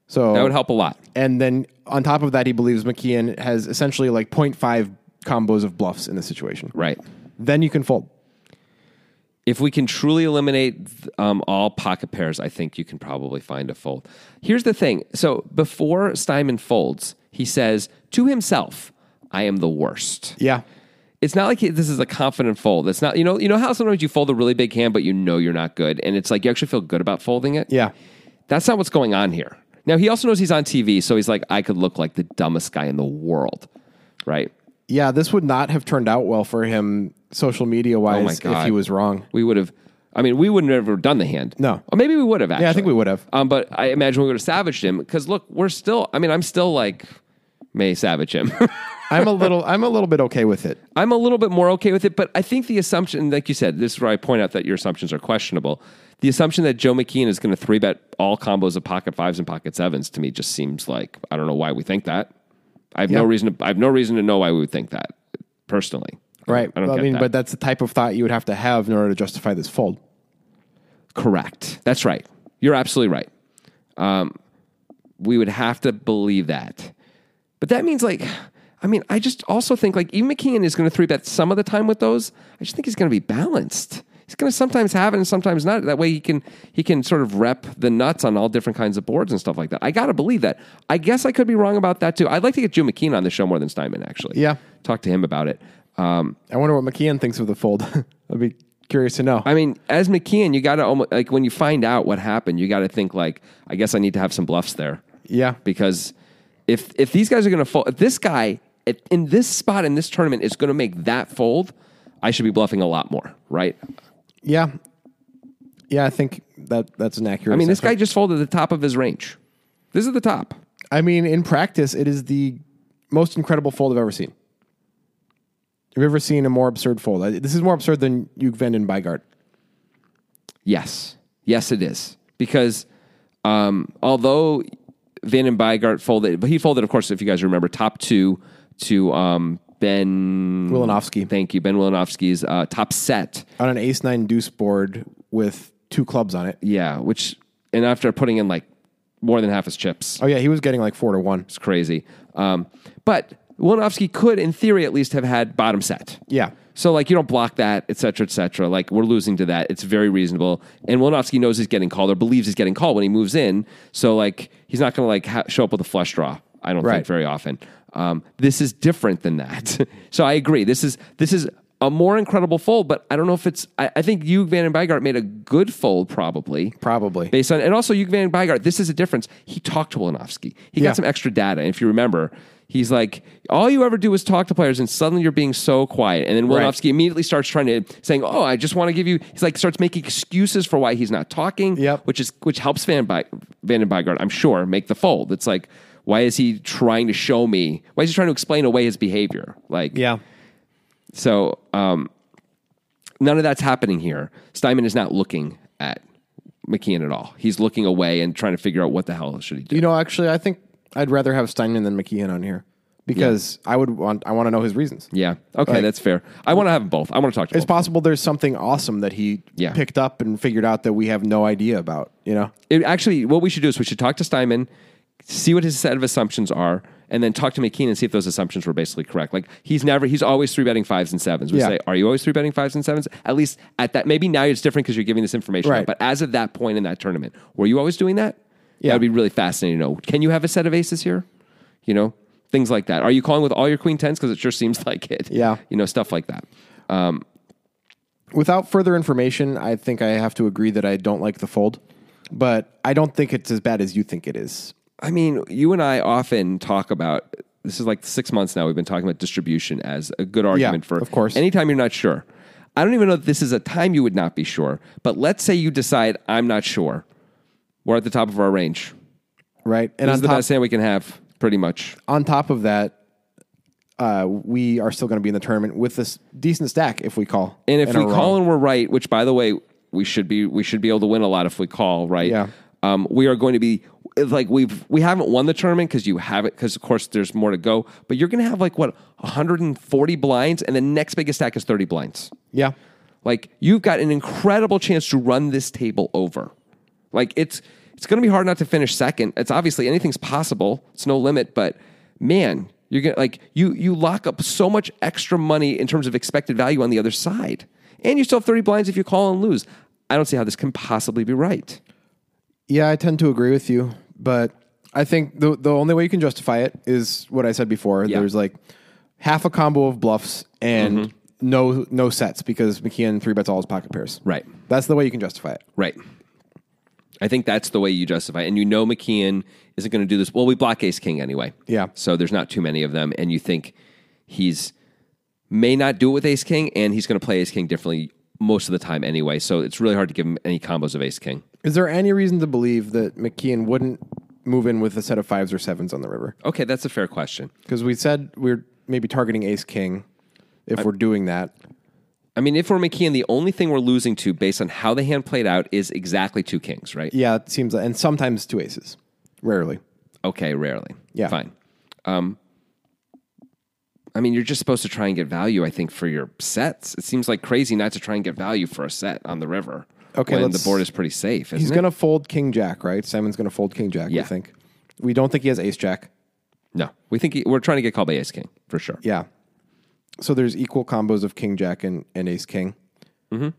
So
That would help a lot.
And then on top of that, he believes McKeon has essentially like 0.5 combos of bluffs in this situation.
Right.
Then you can fold.
If we can truly eliminate um, all pocket pairs, I think you can probably find a fold. Here's the thing. So before Steinman folds, he says to himself, "I am the worst."
Yeah.
it's not like he- this is a confident fold. It's not you know you know how sometimes you fold a really big hand, but you know you're not good, and it's like you actually feel good about folding it.
Yeah.
that's not what's going on here. Now he also knows he's on TV, so he's like, I could look like the dumbest guy in the world, right?
Yeah. This would not have turned out well for him social media wise if
Oh God.
he was wrong.
We would have. I mean, we wouldn't have ever done the hand.
No.
Or maybe we would have. Actually.
Yeah, I think we would have.
Um, but I imagine we would have savaged him because look, we're still. I mean, I'm still like may savage him. <laughs>
I'm a little I'm a little bit okay with it.
I'm a little bit more okay with it, but I think the assumption, like you said, this is where I point out that your assumptions are questionable. The assumption that Joe McKeon is going to three bet all combos of pocket fives and pocket sevens to me just seems like I don't know why we think that. I have no
Yeah.
reason. To, I have no reason to know why we would think that personally.
Right.
I don't
Well,
get
mean,
that.
but that's the type of thought you would have to have in order to justify this fold.
Correct. That's right. You're absolutely right. Um, we would have to believe that. But that means, like, I mean, I just also think, like, even McKeon is going to three bet some of the time with those. I just think he's going to be balanced. He's going to sometimes have it and sometimes not. That way, he can he can sort of rep the nuts on all different kinds of boards and stuff like that. I got to believe that. I guess I could be wrong about that too. I'd like to get Joe McKeon on the show more than Steinman, actually.
Yeah.
talk to him about it. Um,
I wonder what McKeon thinks of the fold. <laughs> I'd be curious to know.
I mean, as McKeon, you got to almost like when you find out what happened, you got to think like, I guess I need to have some bluffs there
yeah.
because if if these guys are going to fold, if this guy at, in this spot in this tournament is going to make that fold, I should be bluffing a lot more, right?
Yeah. Yeah, I think that that's an accurate
I mean, this
assessment.
guy just folded the top of his range. This is the top.
I mean, in practice, it is the most incredible fold I've ever seen. Have you ever seen a more absurd fold? I- This is more absurd than Vend and Bygard.
Yes. Yes, it is. Because um, although Van and Bygart folded, but he folded, of course, if you guys remember, top two to um, Ben
Wilanowski.
Thank you. Ben Wilanowski's uh, top set.
On an ace nine deuce board with two clubs on it.
Yeah. Which, and after putting in like more than half his chips,
Oh, yeah, he was getting like four to one.
it's crazy. Um, but Wilanowski could, in theory at least, have had bottom set.
Yeah.
So like you don't block that, et cetera, et cetera. Like we're losing to that. It's very reasonable. And Wolnowski knows he's getting called or believes he's getting called when he moves in. So like he's not going to like ha- show up with a flush draw. I don't
Right.
think very often. Um, this is different than that. <laughs> so I agree. This is this is a more incredible fold. But I don't know if it's. I, I think you Van and Bygart made a good fold probably.
Probably.
Based on, and also Yuke Van Bygart, this is a difference. He talked to Wolonofsky. He
Yeah.
got some extra data. And if you remember, he's like, all you ever do is talk to players, and suddenly you're being so quiet. And then
Right.
Wolonofsky immediately starts trying to saying, oh, I just want to give you. He's like starts making excuses for why he's not talking.
Yep.
Which is which helps Van By, Van Bygart, I'm sure, make the fold. It's like, why is he trying to show me? Why is he trying to explain away his behavior? Like,
Yeah.
so um, none of that's happening here. Steinman is not looking at McKeon at all. He's looking away and trying to figure out what the hell should he do.
You know, actually, I think I'd rather have Steinman than McKeon on here because I would want I want to know his reasons.
yeah. Okay,
Like-
that's fair. I want to have them both. I want to talk to
It's
both.
possible there's something awesome that he
Yeah.
picked up and figured out that we have no idea about. You know,
It, actually, what we should do is we should talk to Steinman, see what his set of assumptions are, and then talk to McKeon and see if those assumptions were basically correct. Like he's never, he's always three betting fives and sevens. We
Yeah.
say, are you always three betting fives and sevens? At least at that, maybe now it's different because you're giving this information. out,
Right.
But as of that point in that tournament, were you always doing that?
Yeah.
That would be really fascinating to know. Can you have a set of aces here? You know, things like that. Are you calling with all your queen tens? Because it sure seems <laughs> like it.
Yeah.
You know, stuff like that.
without further information, I think I have to agree that I don't like the fold, but I don't think it's as bad as you think it is.
I mean, you and I often talk about this is like six months now. We've been talking about distribution as a good argument for
of course.
Anytime you're not sure, I don't even know if this is a time you would not be sure. But let's say you decide I'm not sure. We're at the top of our range.
Right. And
This is
on
the
top,
best hand we can have, pretty much.
on top of that, uh, we are still going to be in the tournament with this decent stack if we call.
And if we
are wrong.
call and we're right, which by the way, we should be we should be able to win a lot if we call right.
Yeah.
Um, we are going to be it's like we've we haven't won the tournament because you haven't because of course there's more to go. But you're going to have like what 140 blinds, and the next biggest stack is 30 blinds.
yeah,
Like you've got an incredible chance to run this table over. Like it's it's going to be hard not to finish second. It's obviously anything's possible. It's no limit, but man, you're going to like you you lock up so much extra money in terms of expected value on the other side. And you still have 30 blinds if you call and lose. I don't see how this can possibly be right.
yeah, I tend to agree with you, but I think the the only way you can justify it is what I said before.
Yeah.
There's like half a combo of bluffs and no no sets because McKeon three bets all his pocket pairs.
Mm-hmm. Right.
That's the way you can justify it.
Right. I think that's the way you justify it. And you know McKeon isn't going to do this. Well, we block ace king anyway.
Yeah.
So there's not too many of them. And you think he's may not do it with ace king and he's going to play ace king differently most of the time anyway. So it's really hard to give him any combos of ace king.
Is there any reason to believe that McKeon wouldn't move in with a set of fives or sevens on the river?
Okay, that's a fair question.
Because we said we're maybe targeting ace king if we're doing that.
I mean, if we're McKeon, the only thing we're losing to based on how the hand played out is exactly two kings, right?
Yeah, it seems and sometimes two aces. Rarely.
Okay, rarely.
Yeah.
Fine. Um, I mean, you're just supposed to try and get value, I think, for your sets. It seems like crazy not to try and get value for a set on the river.
Okay,
When the
let's-
board is pretty safe, isn't
He's
it?
going to fold king jack, right? Simon's going to fold king jack, we
Mm-hmm. Yeah.
think. We don't think he has ace jack.
No. We think he, we're trying to get called by ace king, for sure.
Yeah. So there's equal combos of king jack and, and ace king.
Mm-hmm.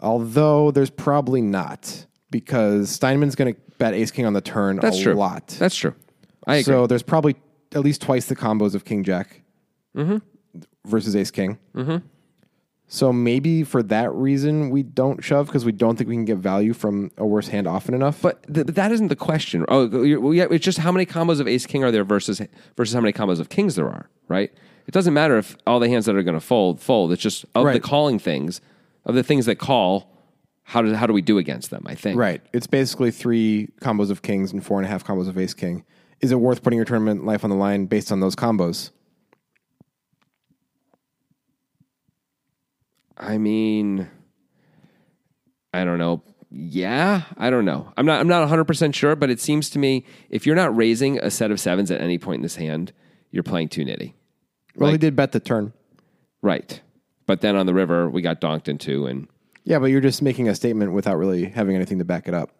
Although there's probably not because Steinman's going to bet ace king on the turn
That's
a
true.
lot.
That's true. I agree.
So there's probably at least twice the combos of King Jack
Mm-hmm.
versus Ace King. So maybe for that reason we don't shove because we don't think we can get value from a worse hand often enough.
but, th- but that isn't the question. Oh, you're- well, yeah, it's just how many combos of ace king are there versus versus how many combos of kings there are, right? It doesn't matter if all the hands that are going to fold fold. It's just of the
Right.
calling things, of the things that call. How do how do we do against them? I think
right, it's basically three combos of Kings and four and a half combos of Ace King. Is it worth putting your tournament life on the line based on those combos?
I mean, I don't know. Yeah, I don't know. I'm not. I'm not 100 percent sure, but it seems to me if you're not raising a set of sevens at any point in this hand, you're playing too nitty.
Well, he did bet the turn.
Right. But then on the river, we got donked into, and
Yeah, but you're just making a statement without really having anything to back it up.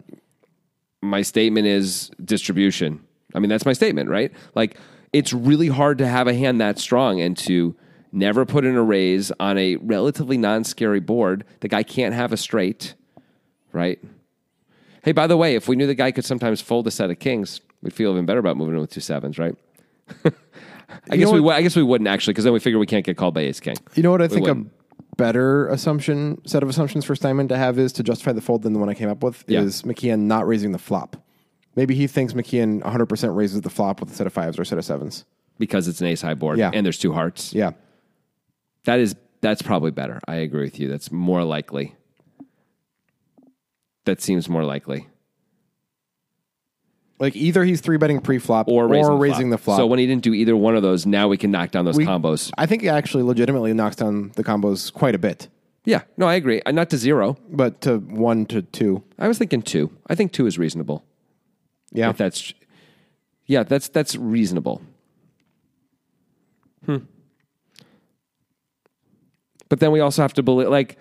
my statement is distribution. I mean, that's my statement, right? Like, it's really hard to have a hand that strong and to Never put in a raise on a relatively non scary board. The guy can't have a straight, right? Hey, by the way, if we knew the guy could sometimes fold a set of kings, we'd feel even better about moving in with two sevens, right? <laughs> I guess
know
we.
what-
wou- I guess we wouldn't actually, because then we figure we can't get called by ace king.
You know what I think a
wouldn't.
better assumption set of assumptions for Steinman to have is to justify the fold than the one I came up with
Yeah.
is McKeon not raising the flop. Maybe he thinks McKeon 100% raises the flop with a set of fives or a set of sevens.
because it's an ace high board
Yeah.
and there's two hearts.
Yeah.
That is that's probably better. I agree with you. That's more likely. That seems more likely.
Like either he's three betting pre flop
Or raising, the,
raising the flop.
So when he didn't do either one of those, now we can knock down those combos.
I think it actually legitimately knocks down the combos quite a bit,
Yeah, no, I agree. Uh, Not to zero.
but to one to two.
I was thinking two. I think two is reasonable.
Yeah.
If that's yeah, that's that's reasonable. Hmm. But then we also have to believe like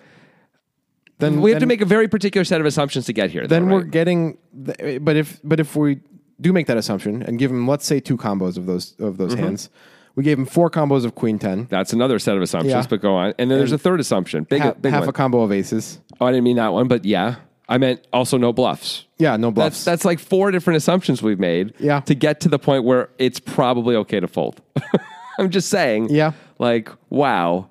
then
we have to
then-
make a very particular set of assumptions to get here.
then
though,
we're
right?
getting the, but if but if we do make that assumption and give him let's say two combos of those of those
Mm-hmm.
hands we gave him four combos of queen 10
That's another set of assumptions,
Yeah.
but go on. And then there's a third assumption. Big,
ha-
big
half
one.
a combo of aces
oh, I didn't mean that one, but yeah. I meant also no bluffs.
yeah no bluffs
That's that's like four different assumptions we've made
Yeah.
to get to the point where it's probably okay to fold. <laughs> I'm just saying.
Yeah.
Like, wow.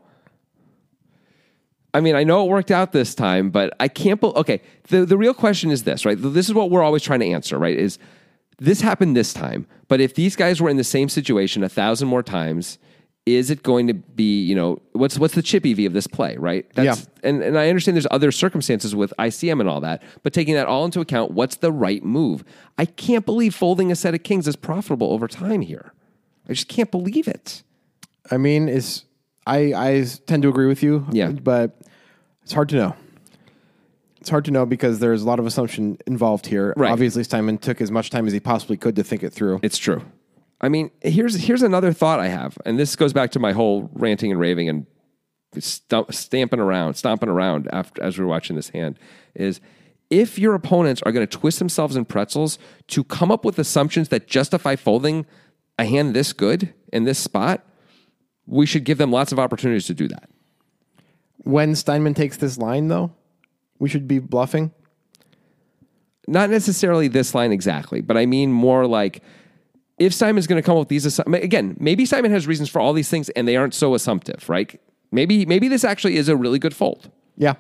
I mean, I know it worked out this time, but I can't believe. Okay, the, the real question is this, right? This is what we're always trying to answer, right? Is this happened this time, but if these guys were in the same situation a thousand more times, is it going to be, you know, what's what's the chip EV of this play, right?
Yeah.
and, and I understand there's other circumstances with ICM and all that, but taking that all into account, what's the right move? I can't believe folding a set of kings is profitable over time here. I just can't believe it.
i mean is i i tend to agree with you
Yeah.
but it's hard to know it's hard to know because there's a lot of assumption involved here
Right.
obviously steinman took as much time as he possibly could to think it through
It's true. I mean, here's here's another thought I have, and this goes back to my whole ranting and raving and stomp, stamping around, stomping around after as we were watching this hand is if your opponents are going to twist themselves in pretzels to come up with assumptions that justify folding a hand this good in this spot, we should give them lots of opportunities to do that.
when steinman takes this line though we should be bluffing
not necessarily this line exactly, but I mean more like if Simon's going to come up with these assumptions again, maybe Simon has reasons for all these things and they aren't so assumptive, right? Maybe maybe this actually is a really good fold.
yeah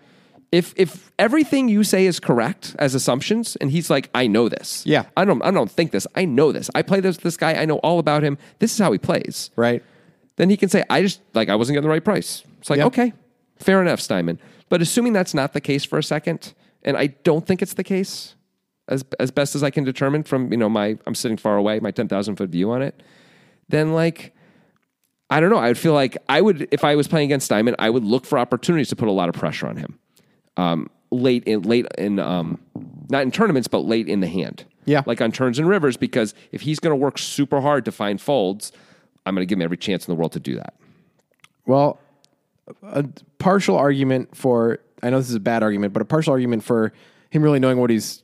If if everything you say is correct as assumptions, and he's like, I know this.
Yeah.
I don't I don't think this. I know this. I play this this guy. I know all about him. This is how he plays
right
then he can say, I just like I wasn't getting the right price. It's like,
Yeah.
okay, fair enough, Steinman. But assuming that's not the case for a second, and I don't think it's the case, as as best as I can determine from you know my I'm sitting far away, my ten thousand foot view on it, then like I don't know. I would feel like I would if I was playing against Steinman, I would look for opportunities to put a lot of pressure on him. Um, late in late in um, not in tournaments, but late in the hand.
Yeah.
like on turns and rivers, because if he's going to work super hard to find folds, I'm going to give him every chance in the world to do that.
Well, a partial argument for I know this is a bad argument, but a partial argument for him really knowing what he's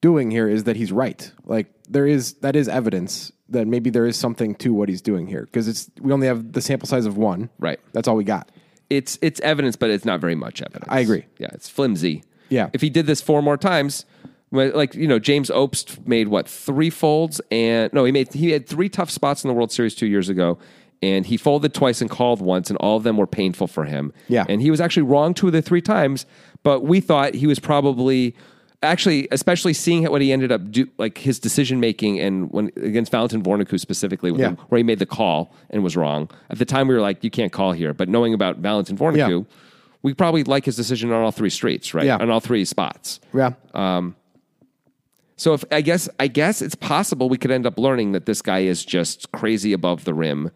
doing here is that he's right. Like there is that is evidence that maybe there is something to what he's doing here because it's we only have the sample size of one.
Right.
That's all we got.
It's it's evidence, but it's not very much evidence.
I agree.
Yeah, it's flimsy.
Yeah.
if he did this four more times. well, Like you know, James Opst made what three folds, and no, he made he had three tough spots in the World Series two years ago, and he folded twice and called once, and all of them were painful for him.
Yeah.
and he was actually wrong two of the three times, but we thought he was probably actually, especially seeing what he ended up do, like his decision making, and when against Valentin Vorniku specifically, with
Yeah.
him, where he made the call and was wrong. At the time, we were like, you can't call here, but knowing about Valentin Vorniku
Yeah.
we probably like his decision on all three streets, right?
Yeah.
On all three spots.
Yeah.
Uh, So if I guess I guess it's possible we could end up learning that this guy is just crazy above the rim.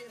it.